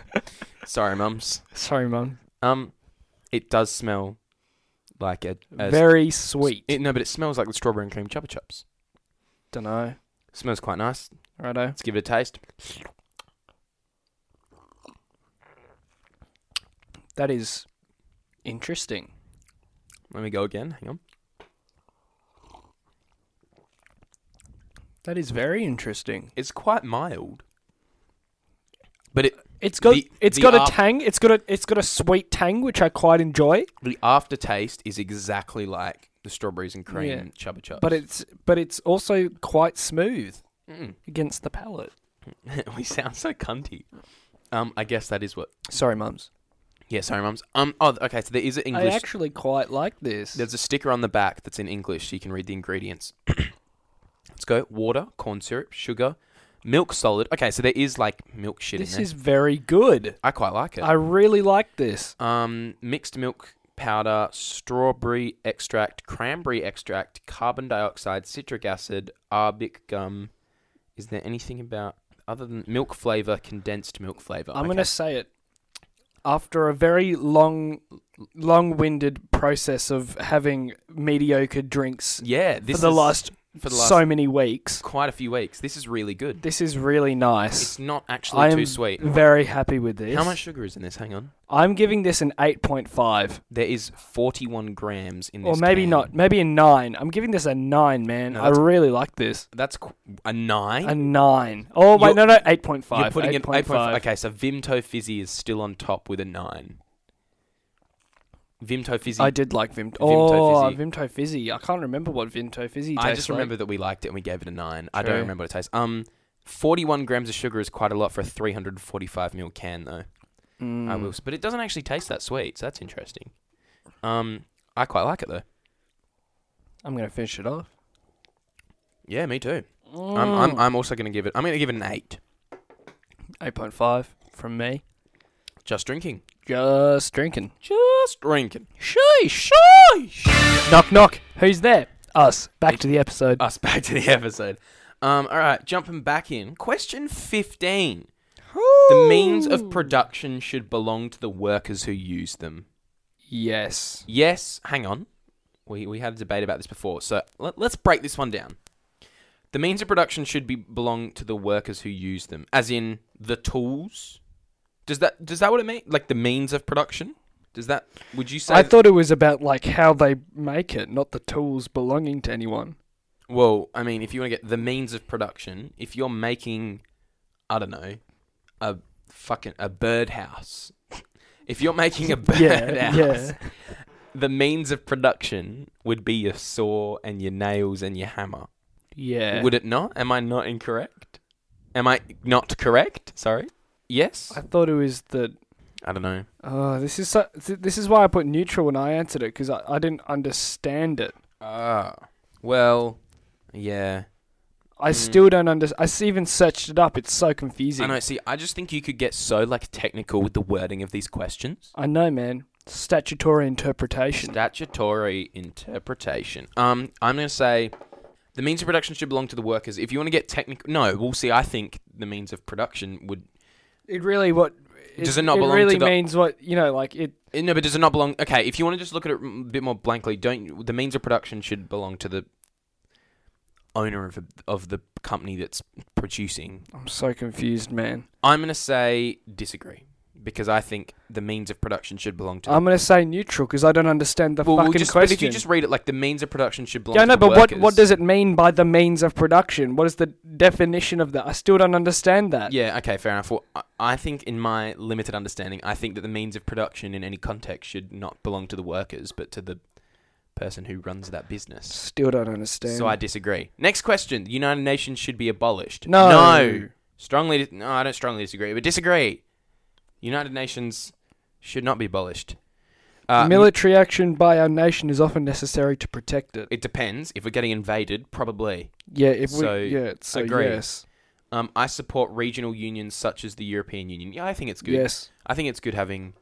Speaker 1: Sorry, mums.
Speaker 2: Sorry, mum.
Speaker 1: Um it does smell like a, a
Speaker 2: Very sweet.
Speaker 1: It, no, but it smells like the strawberry and cream chupa chups.
Speaker 2: Don't know.
Speaker 1: Smells quite nice.
Speaker 2: Righto.
Speaker 1: Let's give it a taste.
Speaker 2: That is interesting.
Speaker 1: Let me go again. Hang on.
Speaker 2: That is very interesting.
Speaker 1: It's quite mild. But it
Speaker 2: It's got
Speaker 1: The-
Speaker 2: it's
Speaker 1: the
Speaker 2: got
Speaker 1: ar-
Speaker 2: a tang. It's got a it's got a sweet tang which I quite enjoy.
Speaker 1: the aftertaste is exactly like the strawberries and cream
Speaker 2: Yeah.
Speaker 1: chupa chups.
Speaker 2: But it's but it's also quite smooth
Speaker 1: Mm.
Speaker 2: against the palate.
Speaker 1: we sound so cunty. Um, I guess that is what.
Speaker 2: Sorry, mums.
Speaker 1: Yeah, sorry, mums. Um, oh, okay. So there is an English.
Speaker 2: I actually quite like this.
Speaker 1: There's a sticker on the back that's in English, so you can read the ingredients. Let's go. Water, corn syrup, sugar, milk solid. Okay, so there is like milk shit in
Speaker 2: This
Speaker 1: there.
Speaker 2: is very good.
Speaker 1: I quite like it.
Speaker 2: I really like this.
Speaker 1: um, mixed milk powder, strawberry extract, cranberry extract, carbon dioxide, citric acid, arbic gum. Is there anything about other than milk flavor, condensed milk flavor?
Speaker 2: I'm
Speaker 1: Okay.
Speaker 2: going to say it. After a very long, long-winded process of having mediocre drinks
Speaker 1: Yeah, this
Speaker 2: for the
Speaker 1: is-
Speaker 2: last
Speaker 1: for the last
Speaker 2: so many weeks,
Speaker 1: quite a few weeks. This is really good.
Speaker 2: this is really nice.
Speaker 1: It's not actually
Speaker 2: I am
Speaker 1: too sweet.
Speaker 2: very happy with this.
Speaker 1: How much sugar is in this? Hang on.
Speaker 2: I'm giving this an 8.5,
Speaker 1: There is 41 grams in
Speaker 2: or
Speaker 1: this.
Speaker 2: maybe
Speaker 1: can.
Speaker 2: not, maybe a nine. I'm giving this a nine, man.
Speaker 1: No,
Speaker 2: I
Speaker 1: that's-
Speaker 2: really like this.
Speaker 1: That's qu- a nine.
Speaker 2: A nine. Oh wait,
Speaker 1: You're-
Speaker 2: no, no, 8.5.
Speaker 1: You're putting in
Speaker 2: 8.5.
Speaker 1: Okay, so Vimto Fizzy is still on top with a nine. Vimto Fizzy.
Speaker 2: I did like Vim.
Speaker 1: Vimto
Speaker 2: Oh,
Speaker 1: Fizzy.
Speaker 2: Vimto Fizzy. I can't remember what Vimto Fizzy tastes
Speaker 1: I just
Speaker 2: like.
Speaker 1: remember that we liked it and we gave it a nine. I don't
Speaker 2: True.
Speaker 1: remember what it tastes. Um, 41 grams of sugar is quite a lot for a 345 ml can though.
Speaker 2: Mm.
Speaker 1: I will, s- but it doesn't actually taste that sweet, so that's interesting. Um, I quite like it though.
Speaker 2: I'm going to finish it off.
Speaker 1: Yeah, me too. I'm,
Speaker 2: Mm.
Speaker 1: I'm, I'm also gonna give it. I'm gonna give it an eight.
Speaker 2: 8.5 from me.
Speaker 1: Just drinking.
Speaker 2: Just drinking.
Speaker 1: Just drinking.
Speaker 2: Sheesh. Knock, knock. Who's there? Us. Back to the episode.
Speaker 1: Us back to the episode. Um, all right, jumping back in. Question fifteen. The means of production should belong to the workers who use them.
Speaker 2: Yes.
Speaker 1: Yes, hang on. We we had a debate about this before, so let, let's break this one down. The means of production should be belong to the workers who use them, as in the tools. Does that does that what it mean? Like the means of production? Does that would you say?
Speaker 2: I thought it was about like how they make it, not the tools belonging to anyone.
Speaker 1: Well, I mean, if you want to get the means of production, if you're making, I don't know, a fucking a birdhouse, if you're making a birdhouse,
Speaker 2: Yeah, yeah.
Speaker 1: the means of production would be your saw and your nails and your hammer.
Speaker 2: Yeah.
Speaker 1: Would it not? Am I not incorrect? Am I not correct? Sorry. Yes.
Speaker 2: I thought it was the
Speaker 1: I don't know.
Speaker 2: Oh, this is so, th- this is why I put neutral when I answered it because I, I didn't understand it.
Speaker 1: Ah. well, yeah.
Speaker 2: I
Speaker 1: Mm.
Speaker 2: still don't understand. I s- even searched it up. It's so confusing.
Speaker 1: I know. See, I just think you could get so like technical with the wording of these questions.
Speaker 2: I know, man. Statutory interpretation.
Speaker 1: Statutory interpretation. Um, I'm going to say the means of production should belong to the workers. If you want to get technical, no, we'll see. I think the means of production would
Speaker 2: it really what
Speaker 1: Does it not belong to
Speaker 2: really
Speaker 1: the-
Speaker 2: means what you know, like it.
Speaker 1: eh, no, but does it not belong? Okay, if you want to just look at it a bit more blankly, don't the means of production should belong to the owner of of the company that's producing.
Speaker 2: I'm so confused, man.
Speaker 1: I'm going to say disagree because I think the means of production should belong to.
Speaker 2: I'm gonna say neutral because I don't understand the
Speaker 1: well,
Speaker 2: fucking
Speaker 1: we'll just,
Speaker 2: question.
Speaker 1: But if you just read it like the means of production should belong.
Speaker 2: yeah, I
Speaker 1: to
Speaker 2: know,
Speaker 1: the
Speaker 2: but what, what
Speaker 1: workers.
Speaker 2: does it mean by the means of production? What is the definition of that? I still don't understand that.
Speaker 1: Yeah, okay, fair enough. Well, I- I think, in my limited understanding, I think that the means of production in any context should not belong to the workers, but to the person who runs that business.
Speaker 2: Still don't understand.
Speaker 1: So I disagree. Next question: The United Nations should be abolished.
Speaker 2: no.
Speaker 1: no, strongly. dis- No, I don't strongly disagree, but disagree. United Nations should not be abolished. Uh,
Speaker 2: Military action by our nation is often necessary to protect it.
Speaker 1: it depends. If we're getting invaded, probably.
Speaker 2: Yeah, if we,
Speaker 1: So,
Speaker 2: yeah, so
Speaker 1: agree.
Speaker 2: yes,
Speaker 1: Um, I support regional unions such as the European Union. Yeah, I think it's good.
Speaker 2: yes,
Speaker 1: I think it's good having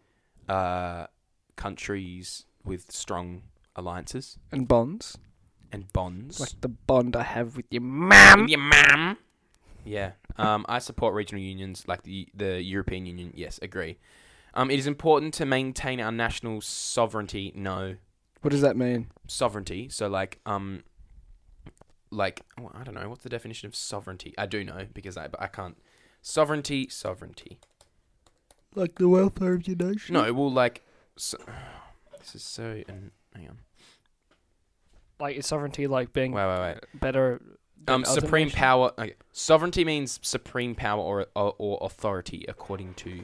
Speaker 1: uh, countries with strong alliances
Speaker 2: and bonds
Speaker 1: and bonds.
Speaker 2: like the bond I have with your mum.
Speaker 1: your mum. Mm-hmm. Yeah. Um, I support regional unions like the the European Union. Yes, agree. Um, it is important to maintain our national sovereignty. No
Speaker 2: What does that mean?
Speaker 1: sovereignty. So like um, like oh, I don't know what's the definition of sovereignty. I do know because I but I can't sovereignty sovereignty.
Speaker 2: Like the welfare of your nation.
Speaker 1: No, well like so, this is so. an hang on.
Speaker 2: like is sovereignty like being
Speaker 1: Wait, wait, wait.
Speaker 2: better. than
Speaker 1: Um,
Speaker 2: other
Speaker 1: supreme
Speaker 2: nations?
Speaker 1: power. Okay. Sovereignty means supreme power or or, or authority, according to.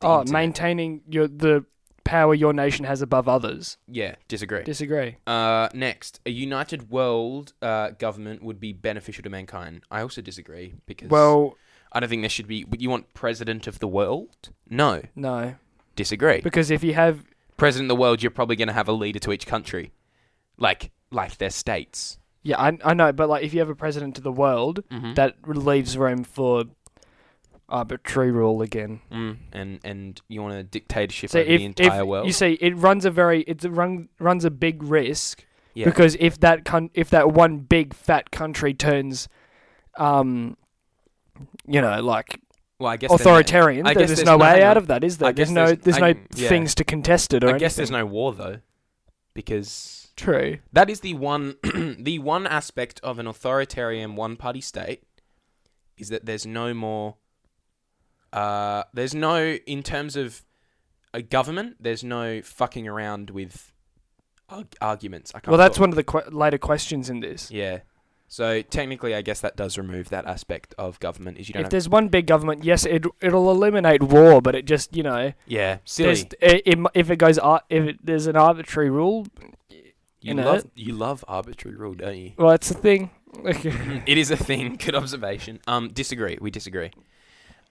Speaker 1: the
Speaker 2: Oh,
Speaker 1: internet.
Speaker 2: maintaining your the power your nation has above others.
Speaker 1: Yeah, disagree.
Speaker 2: Disagree.
Speaker 1: uh, next, a united world uh, government would be beneficial to mankind. I also disagree because
Speaker 2: Well,
Speaker 1: I don't think there should be. You want president of the world? No,
Speaker 2: no,
Speaker 1: disagree.
Speaker 2: because if you have
Speaker 1: president of the world, you're probably going to have a leader to each country, like like their states.
Speaker 2: yeah, I I know, but like if you have a president of the world,
Speaker 1: Mm-hmm.
Speaker 2: that leaves room for arbitrary rule again.
Speaker 1: mm, and and you want a dictatorship
Speaker 2: So
Speaker 1: over
Speaker 2: if,
Speaker 1: the entire
Speaker 2: if
Speaker 1: world.
Speaker 2: you see, it runs a very it run, runs a big risk
Speaker 1: Yeah.
Speaker 2: because if that con- if that one big fat country turns, um, you know, like
Speaker 1: well, I guess then-
Speaker 2: authoritarian,
Speaker 1: I
Speaker 2: there-
Speaker 1: guess
Speaker 2: there's,
Speaker 1: there's
Speaker 2: no
Speaker 1: no-
Speaker 2: way
Speaker 1: hang on.
Speaker 2: out of that, is there?
Speaker 1: I guess
Speaker 2: There's no
Speaker 1: there's-
Speaker 2: there's
Speaker 1: I-
Speaker 2: no
Speaker 1: yeah.
Speaker 2: things to contest it or
Speaker 1: I guess there's no war though, because
Speaker 2: true.
Speaker 1: That is the one the one aspect of an authoritarian one party state is that there's no more uh there's no in terms of a government, there's no fucking around with arg- arguments. I can't
Speaker 2: Well, that's
Speaker 1: talk.
Speaker 2: one of the que- later questions in this.
Speaker 1: Yeah. So technically I guess that does remove that aspect of government is you don't
Speaker 2: If
Speaker 1: have,
Speaker 2: there's one big government, yes, it it'll eliminate war, but it just you know,
Speaker 1: Yeah,
Speaker 2: there's,
Speaker 1: silly.
Speaker 2: i it, if it goes ar- if it, there's an arbitrary rule,
Speaker 1: You
Speaker 2: you know
Speaker 1: love you love arbitrary rule, don't you?
Speaker 2: well, it's a thing. Okay.
Speaker 1: Mm, it is a thing. Good observation. Um, disagree. We disagree.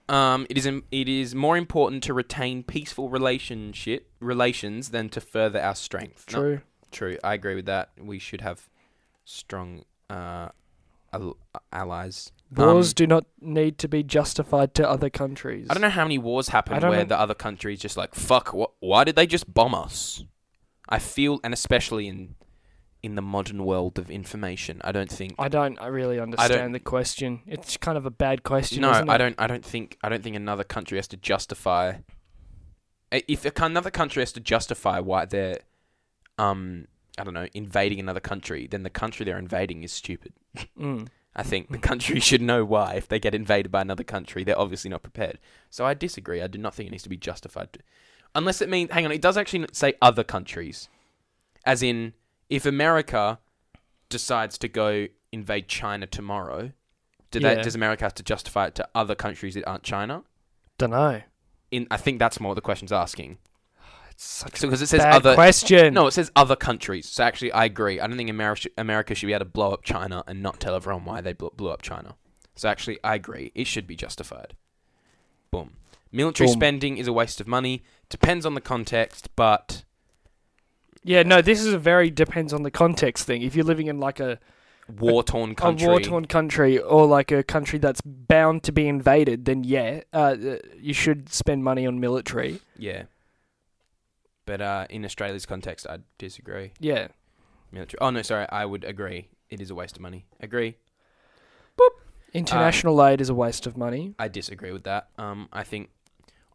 Speaker 1: Um, it is im- it is more important to retain peaceful relationship relations than to further our strength. No,
Speaker 2: True.
Speaker 1: true. I agree with that. We should have strong uh, al- allies.
Speaker 2: Wars
Speaker 1: Um,
Speaker 2: do not need to be justified to other countries.
Speaker 1: I don't know how many wars
Speaker 2: I
Speaker 1: happen
Speaker 2: don't
Speaker 1: where
Speaker 2: know-
Speaker 1: the other country is just like fuck. Wh- why did they just bomb us? I feel, and especially in in the modern world of information, I don't think
Speaker 2: I don't. I really understand the question. It's kind of a bad question.
Speaker 1: No,
Speaker 2: isn't
Speaker 1: I
Speaker 2: it?
Speaker 1: don't. I don't think. I don't think another country has to justify. I- If a- another country has to justify why they're, um, I don't know, invading another country, then the country they're invading is stupid.
Speaker 2: Mm.
Speaker 1: I think the country should know why. If they get invaded by another country, they're obviously not prepared. So I disagree. I do not think it needs to be justified, to- unless it means. Hang on, it does actually say other countries, as in if America decides to go invade China tomorrow, do they,
Speaker 2: Yeah.
Speaker 1: does America have to justify it to other countries that aren't China?
Speaker 2: Don't know.
Speaker 1: In I think that's more what the question's asking.
Speaker 2: It's such
Speaker 1: So because it
Speaker 2: a
Speaker 1: says
Speaker 2: bad
Speaker 1: other.
Speaker 2: question.
Speaker 1: No, it says other countries. So actually, I agree. I don't think America America should be able to blow up China and not tell everyone why they blew, blew up China. So actually, I agree. It should be justified. Boom. Military
Speaker 2: Boom.
Speaker 1: spending is a waste of money. Depends on the context, but
Speaker 2: Yeah, no. This is a very depends on the context thing. If you're living in like a
Speaker 1: war torn country.
Speaker 2: a war-torn country or like a country that's bound to be invaded, then yeah, uh, you should spend money on military.
Speaker 1: Yeah. But uh, in Australia's context, I disagree.
Speaker 2: Yeah.
Speaker 1: Military. Oh no, sorry. I would agree. It is a waste of money. Agree. Uh,
Speaker 2: International aid is a waste of money.
Speaker 1: I disagree with that. Um, I think.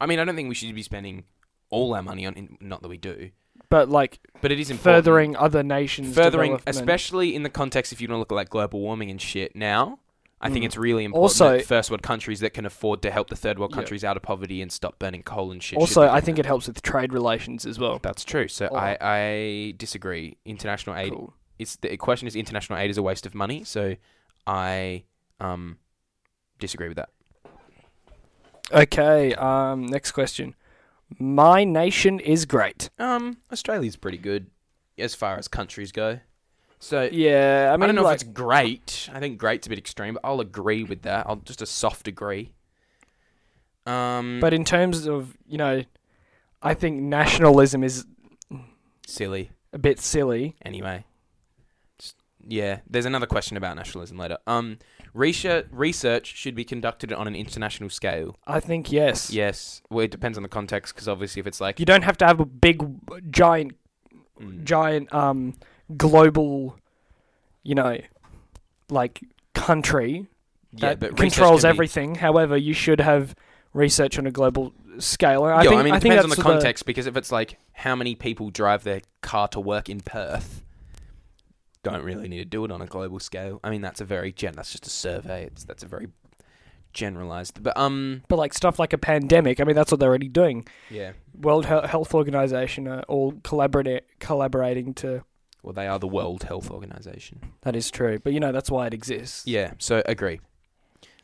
Speaker 1: I mean, I don't think we should be spending all our money on. In, not that we do,
Speaker 2: But like
Speaker 1: but it is important.
Speaker 2: furthering other nations
Speaker 1: furthering,
Speaker 2: development.
Speaker 1: especially in the context if you want to look at like global warming and shit now. I think
Speaker 2: Mm.
Speaker 1: it's really important
Speaker 2: Also-
Speaker 1: that first world countries that can afford to help the third world
Speaker 2: Yeah.
Speaker 1: countries out of poverty and stop burning coal and shit. should
Speaker 2: also,
Speaker 1: be
Speaker 2: I
Speaker 1: doing
Speaker 2: think
Speaker 1: that.
Speaker 2: it helps with trade relations as well.
Speaker 1: that's true. So
Speaker 2: Oh.
Speaker 1: I, I disagree. International aid
Speaker 2: Cool.
Speaker 1: it's the question is international aid is a waste of money. So I um disagree with that.
Speaker 2: Okay. Um. Next question. My nation is great.
Speaker 1: Um, Australia's pretty good as far as countries go. So I,
Speaker 2: Yeah. I mean,
Speaker 1: don't know
Speaker 2: like,
Speaker 1: if it's great. I think great's a bit extreme, but I'll agree with that. I'll just a soft agree. Um,
Speaker 2: but in terms of you know, I think nationalism is
Speaker 1: silly
Speaker 2: a bit silly.
Speaker 1: anyway. Just- Yeah, there's another question about nationalism later. Um, research research should be conducted on an international scale.
Speaker 2: I think yes.
Speaker 1: Yes, well, it depends on the context because obviously if it's like
Speaker 2: You don't have to have a big, giant,
Speaker 1: Mm.
Speaker 2: giant, um, global, you know, like country
Speaker 1: yeah,
Speaker 2: that
Speaker 1: but research
Speaker 2: controls
Speaker 1: can be-
Speaker 2: everything. However, you should have research on a global scale. I
Speaker 1: Yeah,
Speaker 2: think
Speaker 1: I mean, it
Speaker 2: I think
Speaker 1: depends on the
Speaker 2: that's
Speaker 1: context because if it's like how many people drive their car to work in Perth, don't really need to do it on a global scale. I mean, that's a very gen. That's just a survey. It's that's a very generalized. But um,
Speaker 2: But like stuff like a pandemic, I mean, that's what they're already doing.
Speaker 1: yeah.
Speaker 2: World Hel- Health Organization are all collaborating collaborating to.
Speaker 1: Well, they are the World Health Organization.
Speaker 2: That is true, but you know that's why it exists.
Speaker 1: Yeah. So agree.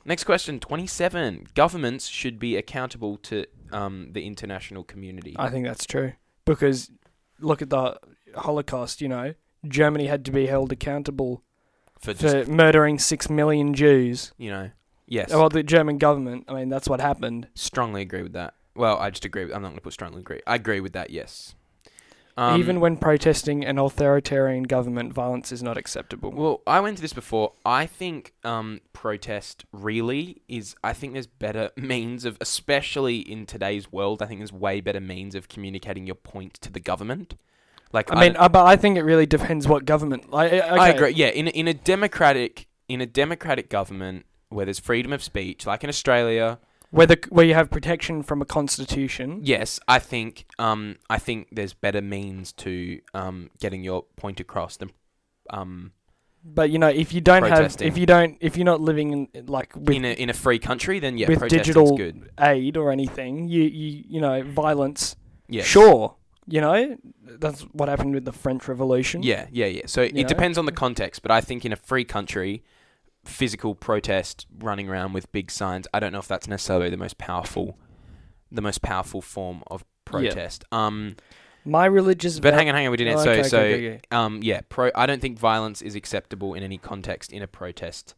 Speaker 1: Next question, twenty-seven. Governments should be accountable to um the international community.
Speaker 2: I think that's true because look at the Holocaust. You know, Germany had to be held accountable
Speaker 1: for just
Speaker 2: for murdering six million Jews.
Speaker 1: you know. Yes.
Speaker 2: Well, the German government. I mean, that's what happened.
Speaker 1: strongly agree with that. Well, I just agree. With, I'm not going to put strongly agree. I agree with that. Yes. Um,
Speaker 2: Even when protesting an authoritarian government, violence is not acceptable.
Speaker 1: Well, I went to this before. I think um, protest really is. I think there's better means of, especially in today's world, I think there's way better means of communicating your point to the government. Like,
Speaker 2: I mean,
Speaker 1: don't-
Speaker 2: uh, but I think it really depends what government. I, I, okay.
Speaker 1: I agree. Yeah, in a- in a democratic in a democratic government where there's freedom of speech, like in Australia,
Speaker 2: Whether where you have protection from a constitution.
Speaker 1: Yes, I think um, I think there's better means to um, getting your point across than um,
Speaker 2: But you know, if you don't
Speaker 1: Protesting.
Speaker 2: have, if you don't, if you're not living in like with
Speaker 1: in a in a free country. Then yeah,
Speaker 2: with
Speaker 1: protesting's
Speaker 2: digital-
Speaker 1: good.
Speaker 2: aid or anything, you you you know, violence.
Speaker 1: Yes.
Speaker 2: Sure, you know, that's what happened with the French Revolution.
Speaker 1: Yeah, yeah, yeah. So it
Speaker 2: You know?
Speaker 1: depends on the context, but I think in a free country, physical protest, running around with big signs. I don't know if that's necessarily the most powerful, the most powerful form of protest. Um,
Speaker 2: My religious.
Speaker 1: but hang on, hang on, we didn't.
Speaker 2: Oh,
Speaker 1: so
Speaker 2: okay,
Speaker 1: so
Speaker 2: okay, okay, okay.
Speaker 1: um, yeah, pro. I don't think violence is acceptable in any context in a protest.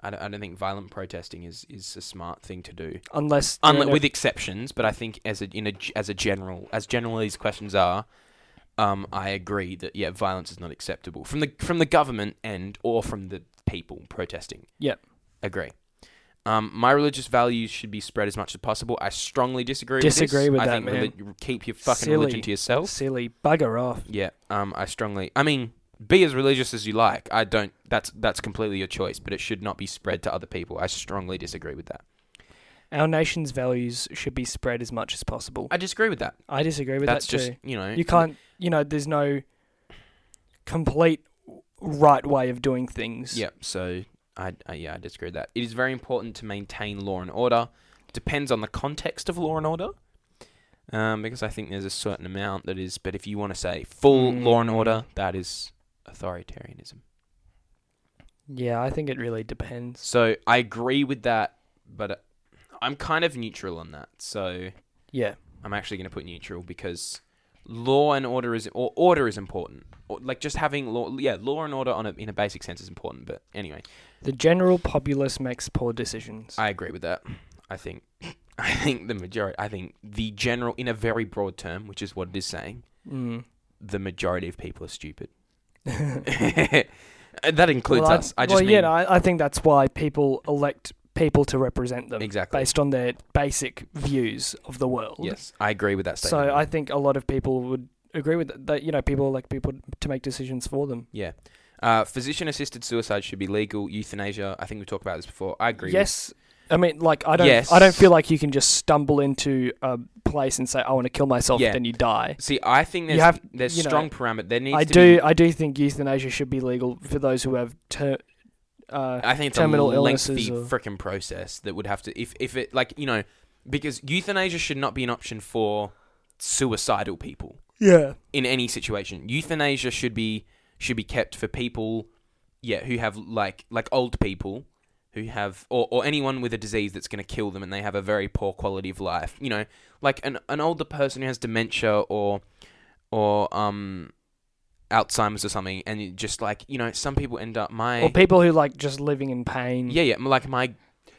Speaker 1: I don't, I don't think violent protesting is, is a smart thing to do,
Speaker 2: unless you
Speaker 1: Unle-
Speaker 2: know,
Speaker 1: with exceptions. But I think as a in a g- as a general as general these questions are, um, I agree that yeah, violence is not acceptable from the from the government end or from the people protesting.
Speaker 2: Yep.
Speaker 1: agree. Um, my religious values should be spread as much as possible. I strongly disagree.
Speaker 2: Disagree
Speaker 1: with,
Speaker 2: with
Speaker 1: this. I
Speaker 2: that,
Speaker 1: think reli- keep your fucking religion
Speaker 2: Silly.
Speaker 1: to yourself.
Speaker 2: silly bugger off.
Speaker 1: Yeah, um, I strongly. I mean, be as religious as you like. I don't. That's that's completely your choice, but it should not be spread to other people. I strongly disagree with that.
Speaker 2: Our nation's values should be spread as much as possible.
Speaker 1: I disagree with that.
Speaker 2: I disagree with
Speaker 1: that's
Speaker 2: that too.
Speaker 1: just you know.
Speaker 2: you can't. You know, there's no complete right way of doing things.
Speaker 1: Yeah. So I, I yeah I disagree with that. It is very important to maintain law and order. Depends on the context of law and order. Um, because I think there's a certain amount that is, but if you want to say full
Speaker 2: Mm.
Speaker 1: law and order, that is authoritarianism.
Speaker 2: Yeah, I think it really depends.
Speaker 1: So I agree with that, but I'm kind of neutral on that. So
Speaker 2: Yeah.
Speaker 1: I'm actually going to put neutral because law and order is or order is important. Or, like just having law, yeah, law and order on a, in a basic sense is important. But anyway,
Speaker 2: The general populace makes poor decisions.
Speaker 1: I agree with that. I think I think the majority. I think the general, in a very broad term, which is what it is saying,
Speaker 2: mm.
Speaker 1: the majority of people are stupid. that includes
Speaker 2: well,
Speaker 1: us. I, just
Speaker 2: well,
Speaker 1: mean
Speaker 2: yeah, no, I, I think that's why people elect people to represent them
Speaker 1: exactly.
Speaker 2: based on their basic views of the world.
Speaker 1: Yes, I agree with that statement.
Speaker 2: So I think a lot of people would agree with that. that you know, people elect people to make decisions for them.
Speaker 1: Yeah. Uh, physician assisted suicide should be legal. Euthanasia, I think we talked about this before. I agree. with-
Speaker 2: Yes. I mean, like I don't,
Speaker 1: Yes.
Speaker 2: I don't feel like you can just stumble into a place and say, "I want to kill myself,"
Speaker 1: Yeah.
Speaker 2: then you die.
Speaker 1: See, I think
Speaker 2: You
Speaker 1: there's
Speaker 2: have-
Speaker 1: there's
Speaker 2: you know,
Speaker 1: strong parameter. There needs
Speaker 2: I
Speaker 1: to
Speaker 2: do,
Speaker 1: be
Speaker 2: I do think euthanasia should be legal for those who have ter- uh,
Speaker 1: I think it's
Speaker 2: terminal
Speaker 1: a lengthy
Speaker 2: illnesses or-
Speaker 1: frickin' process that would have to if if it like you know because euthanasia should not be an option for suicidal people
Speaker 2: yeah,
Speaker 1: in any situation. Euthanasia should be should be kept for people, yeah, who have like like old people who have or, or anyone with a disease that's going to kill them and they have a very poor quality of life. You know, like an an older person who has dementia or or um Alzheimer's or something, and it just like you know, some people end up my
Speaker 2: or people who like just living in pain
Speaker 1: yeah yeah like my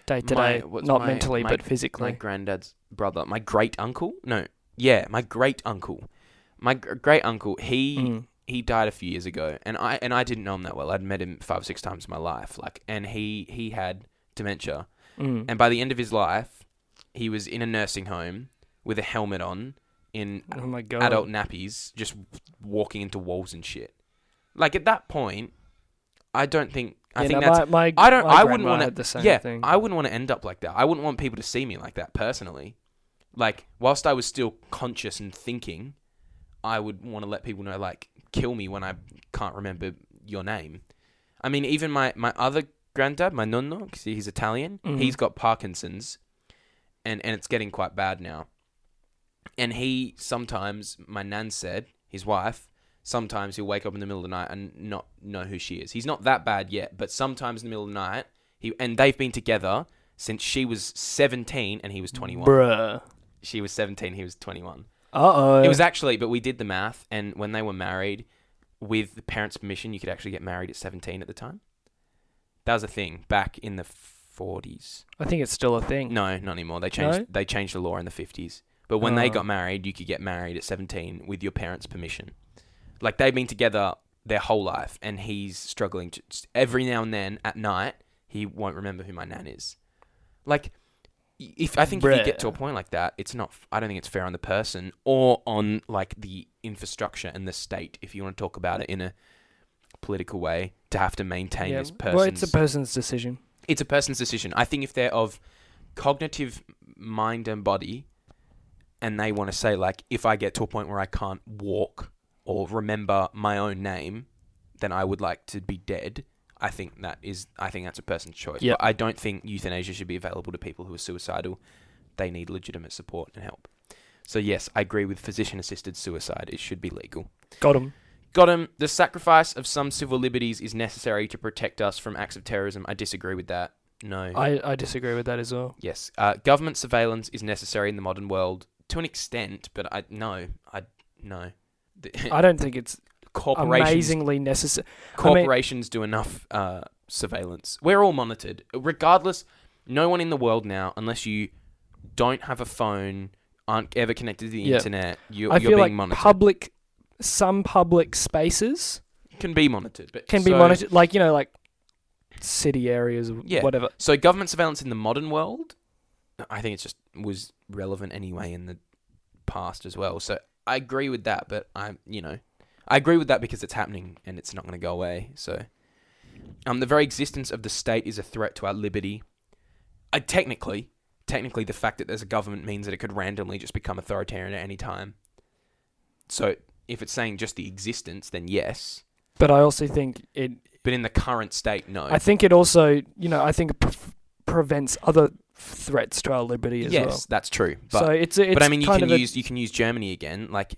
Speaker 2: day to
Speaker 1: my-
Speaker 2: day,
Speaker 1: what's
Speaker 2: not
Speaker 1: my-
Speaker 2: mentally
Speaker 1: my-
Speaker 2: but
Speaker 1: my
Speaker 2: physically.
Speaker 1: granddad's brother, my great uncle. No, yeah, my great uncle, my great uncle. He
Speaker 2: Mm.
Speaker 1: he died a few years ago, and I and I didn't know him that well. I'd met him five six times in my life, like, and he he had dementia,
Speaker 2: Mm.
Speaker 1: and by the end of his life, he was in a nursing home with a helmet on, in
Speaker 2: oh my god,
Speaker 1: adult nappies, just walking into walls and shit. Like at that point, I don't think I
Speaker 2: Yeah,
Speaker 1: think
Speaker 2: no,
Speaker 1: that's
Speaker 2: my, my,
Speaker 1: I don't.
Speaker 2: my
Speaker 1: I wouldn't
Speaker 2: grandma
Speaker 1: want
Speaker 2: had the same
Speaker 1: yeah,
Speaker 2: thing.
Speaker 1: I wouldn't want to end up like that. I wouldn't want people to see me like that personally. Like, whilst I was still conscious and thinking, I would want to let people know, like, kill me when I can't remember your name. I mean, even my my other granddad, my nonno, 'cause he's Italian.
Speaker 2: Mhm.
Speaker 1: He's got Parkinson's, and and it's getting quite bad now. And he sometimes, my nan said, his wife, sometimes he'll wake up in the middle of the night and not know who she is. He's not that bad yet, but sometimes in the middle of the night, he and they've been together since she was 17 and he was 21.
Speaker 2: Bruh.
Speaker 1: She was 17, he was 21.
Speaker 2: Uh oh.
Speaker 1: it was actually, but we did the math, and when they were married, with the parents' permission, you could actually get married at 17 at the time. That was a thing back in the 40s.
Speaker 2: I think it's still a thing.
Speaker 1: No, not anymore. They changed.
Speaker 2: No?
Speaker 1: They changed the law in the fifties. But when they
Speaker 2: Oh.
Speaker 1: got married, you could get married at seventeen with your parents' permission. Like they've been together their whole life, and he's struggling. To, every now and then at night, he won't remember who my nan is. Like, y- if I think if you get to a
Speaker 2: Bruh.
Speaker 1: point like that, it's not. f- I don't think it's fair on the person or on like the infrastructure and the state. If you want to talk about it in a political way, to have to maintain
Speaker 2: Yeah,
Speaker 1: this person's
Speaker 2: Well, it's a person's decision.
Speaker 1: it's a person's decision. I think if they're of cognitive mind and body, and they want to say like, if I get to a point where I can't walk or remember my own name, then I would like to be dead. I think that is. I think that's a person's choice.
Speaker 2: Yeah.
Speaker 1: But I don't think euthanasia should be available to people who are suicidal. They need legitimate support and help. So yes, I agree with physician-assisted suicide. It should be legal.
Speaker 2: Got him.
Speaker 1: Got him. The sacrifice of some civil liberties is necessary to protect us from acts of terrorism. I disagree with that. No.
Speaker 2: I, I disagree with that as well.
Speaker 1: yes. Uh, government surveillance is necessary in the modern world to an extent, but I no. I no. The,
Speaker 2: I don't think it's
Speaker 1: corporations
Speaker 2: amazingly necessary.
Speaker 1: corporations do enough uh, surveillance. We're all monitored, regardless. No one in the world now, unless you don't have a phone, aren't ever connected to the
Speaker 2: Yeah.
Speaker 1: internet, you,
Speaker 2: I
Speaker 1: you're
Speaker 2: feel
Speaker 1: being
Speaker 2: like
Speaker 1: monitored.
Speaker 2: public, some public spaces
Speaker 1: can be monitored, but
Speaker 2: can be
Speaker 1: so-
Speaker 2: monitored, like you know, like city areas, or
Speaker 1: Yeah.
Speaker 2: whatever.
Speaker 1: So government surveillance in the modern world, I think it's just was relevant anyway in the past as well. So I agree with that, but I, you know, I agree with that because it's happening and it's not going to go away. So, um, the very existence of the state is a threat to our liberty. Uh, technically, technically, the fact that there's a government means that it could randomly just become authoritarian at any time. So if it's saying just the existence, then yes.
Speaker 2: But I also think it.
Speaker 1: But in the current state, no.
Speaker 2: I think it also, you know, I think it pre- prevents other threats to our liberty as
Speaker 1: yes,
Speaker 2: well.
Speaker 1: that's true. But
Speaker 2: so it's, a- it's
Speaker 1: but I mean, you
Speaker 2: kind
Speaker 1: can
Speaker 2: of a-
Speaker 1: use you can use Germany again. Like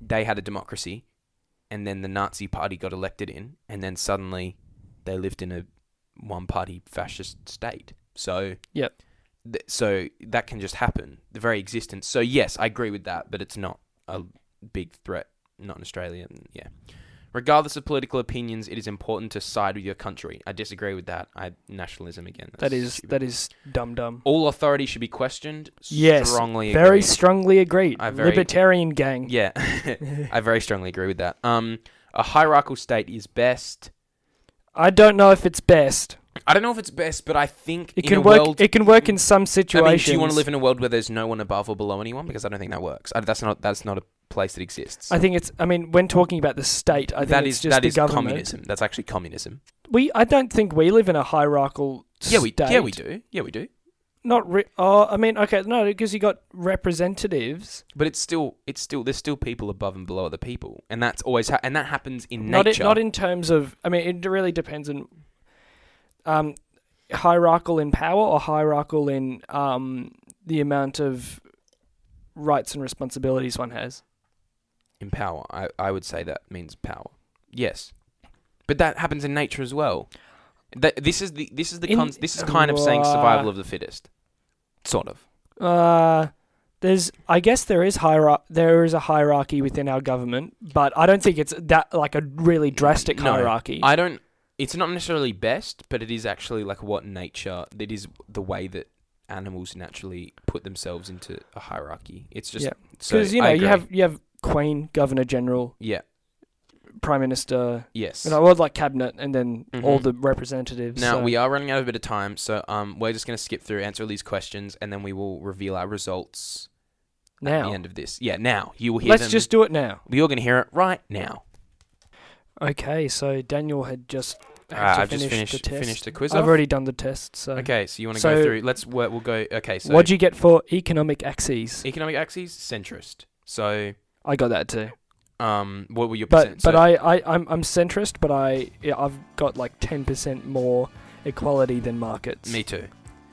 Speaker 1: they had a democracy, and then the Nazi party got elected in, and then suddenly they lived in a one-party fascist state. So
Speaker 2: Yep.
Speaker 1: th- so that can just happen. The very existence. So yes, I agree with that, but it's not a big threat. Not in Australia. and Yeah. Regardless of political opinions, it is important to side with your country. I disagree with that. I nationalism again.
Speaker 2: that
Speaker 1: that's
Speaker 2: is
Speaker 1: stupid.
Speaker 2: that is dumb dumb.
Speaker 1: all authority should be questioned.
Speaker 2: Yes,
Speaker 1: strongly
Speaker 2: Very
Speaker 1: agree.
Speaker 2: strongly agreed.
Speaker 1: I very-
Speaker 2: Libertarian gang.
Speaker 1: Yeah, I very strongly agree with that. Um, a hierarchical state is best.
Speaker 2: I don't know if it's best.
Speaker 1: I don't know if it's best, but I think
Speaker 2: It
Speaker 1: in
Speaker 2: can
Speaker 1: a
Speaker 2: work.
Speaker 1: world.
Speaker 2: it can work in some
Speaker 1: I
Speaker 2: situations.
Speaker 1: mean, do you want to live in a world where there's no one above or below anyone? Because I don't think that works. I, that's not that's not a place that exists.
Speaker 2: I think it's. I mean, when talking about the state, I think
Speaker 1: that
Speaker 2: it's
Speaker 1: is
Speaker 2: just
Speaker 1: that
Speaker 2: the
Speaker 1: is
Speaker 2: government.
Speaker 1: communism. That's actually communism.
Speaker 2: We. I don't think we live in a hierarchical.
Speaker 1: Yeah, we
Speaker 2: state.
Speaker 1: yeah we do. Yeah, we do.
Speaker 2: Not. Re- oh, I mean, okay, no, because you got representatives.
Speaker 1: But it's still it's still there's still people above and below other people, and that's always ha- and that happens in
Speaker 2: Not.
Speaker 1: nature.
Speaker 2: In, not in terms of. I mean, it really depends on. um, hierarchical in power or hierarchical in um, the amount of rights and responsibilities one has?
Speaker 1: in power. I, I would say that means power. Yes, but that happens in nature as well. That this is the this is the
Speaker 2: In-
Speaker 1: cons, this is kind of saying survival
Speaker 2: Uh,
Speaker 1: of the fittest, sort of.
Speaker 2: Uh, there's, I guess, there is hierarch. There is a hierarchy within our government, but I don't think it's that like a really drastic
Speaker 1: No,
Speaker 2: hierarchy.
Speaker 1: I don't. It's not necessarily best, but it is actually like what nature. It is the way that animals naturally put themselves into a hierarchy. It's just
Speaker 2: Yeah.
Speaker 1: so
Speaker 2: Because you
Speaker 1: I
Speaker 2: know, you
Speaker 1: agree.
Speaker 2: have you have Queen, Governor General,
Speaker 1: yeah
Speaker 2: Prime Minister,
Speaker 1: yes.
Speaker 2: you know, well, like cabinet, and then all
Speaker 1: Mhm.
Speaker 2: the representatives. uh,
Speaker 1: Now
Speaker 2: so-
Speaker 1: we are running out of a bit of time, so um, we're just going to skip through, answer all these questions, and then we will reveal our results at
Speaker 2: now
Speaker 1: the end of this. Yeah, now you will hear.
Speaker 2: let's
Speaker 1: them.
Speaker 2: just do it now.
Speaker 1: You're going to hear it right now.
Speaker 2: Okay, so Daniel had just had
Speaker 1: Ah,
Speaker 2: to
Speaker 1: I've just
Speaker 2: finish
Speaker 1: finished-
Speaker 2: the test.
Speaker 1: finished the quiz
Speaker 2: I've
Speaker 1: off.
Speaker 2: already done the test. So
Speaker 1: Okay, so you want to go
Speaker 2: So-
Speaker 1: through. Let's work. We'll go. Okay, so E
Speaker 2: what'd you get for economic axes?
Speaker 1: economic axes, centrist. So,
Speaker 2: I got that too.
Speaker 1: um, what were your
Speaker 2: But
Speaker 1: percent?
Speaker 2: but
Speaker 1: So-
Speaker 2: I, I I'm I'm centrist, but I yeah, I've got like ten percent more equality than markets.
Speaker 1: me too.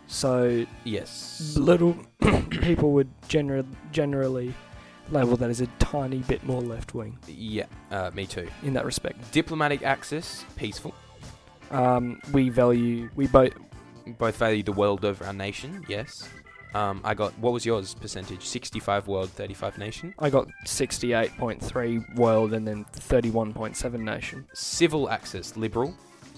Speaker 2: So
Speaker 1: Yes.
Speaker 2: little people would generally generally label that as a tiny bit more left wing
Speaker 1: Yeah. Uh, me too.
Speaker 2: in that respect.
Speaker 1: Diplomatic axis, peaceful.
Speaker 2: Um, we value we both
Speaker 1: Both value the world over our nation. Yes. Um, I got what was yours percentage? Sixty-five world, thirty-five nation.
Speaker 2: I got sixty eight point three world and then thirty one point seven nation.
Speaker 1: Civil axis, liberal.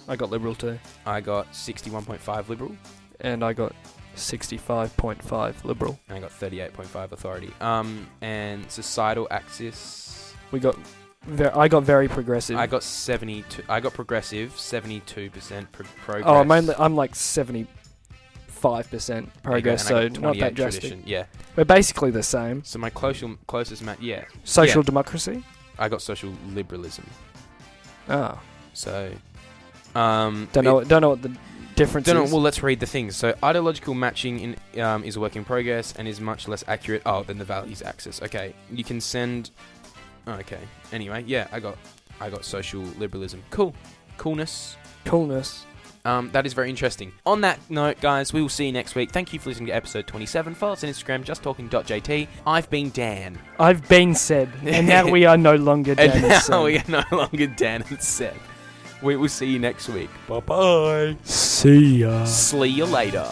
Speaker 2: I got liberal too,
Speaker 1: I got sixty-one point five liberal.
Speaker 2: and I got sixty five point five liberal.
Speaker 1: And I got thirty-eight point five authority. Um, and societal axis.
Speaker 2: We got ver- I got very progressive.
Speaker 1: I got seventy two. I got progressive, seventy-two percent pro- progress.
Speaker 2: Oh, I'm only I'm like seventy five percent
Speaker 1: There you go,
Speaker 2: progress,
Speaker 1: and I
Speaker 2: so
Speaker 1: got
Speaker 2: not
Speaker 1: 28
Speaker 2: that drastic.
Speaker 1: tradition, Yeah.
Speaker 2: We're basically the same.
Speaker 1: So my closest closest match. Yeah,
Speaker 2: Social democracy.
Speaker 1: I got social liberalism.
Speaker 2: Oh,
Speaker 1: So, um,
Speaker 2: don't
Speaker 1: Ah. it-
Speaker 2: know what- don't know what the difference
Speaker 1: Don't know.
Speaker 2: is.
Speaker 1: Well, let's read the things. So, ideological matching in, um, is a work in progress and is much less accurate. Oh, than the values axis. Okay, you can send. oh, okay. Anyway, yeah, I got, I got social liberalism. Cool, coolness.
Speaker 2: Coolness.
Speaker 1: Um, that is very interesting. On that note, guys, we will see you next week. Thank you for listening to episode 27. Follow us on Instagram, justtalking.jt. I've been Dan.
Speaker 2: I've been said, and now we are no longer.
Speaker 1: And
Speaker 2: Dan
Speaker 1: now
Speaker 2: Sen.
Speaker 1: we are no longer Dan and Seb. We will see you next week. Bye bye.
Speaker 2: See ya.
Speaker 1: See you later.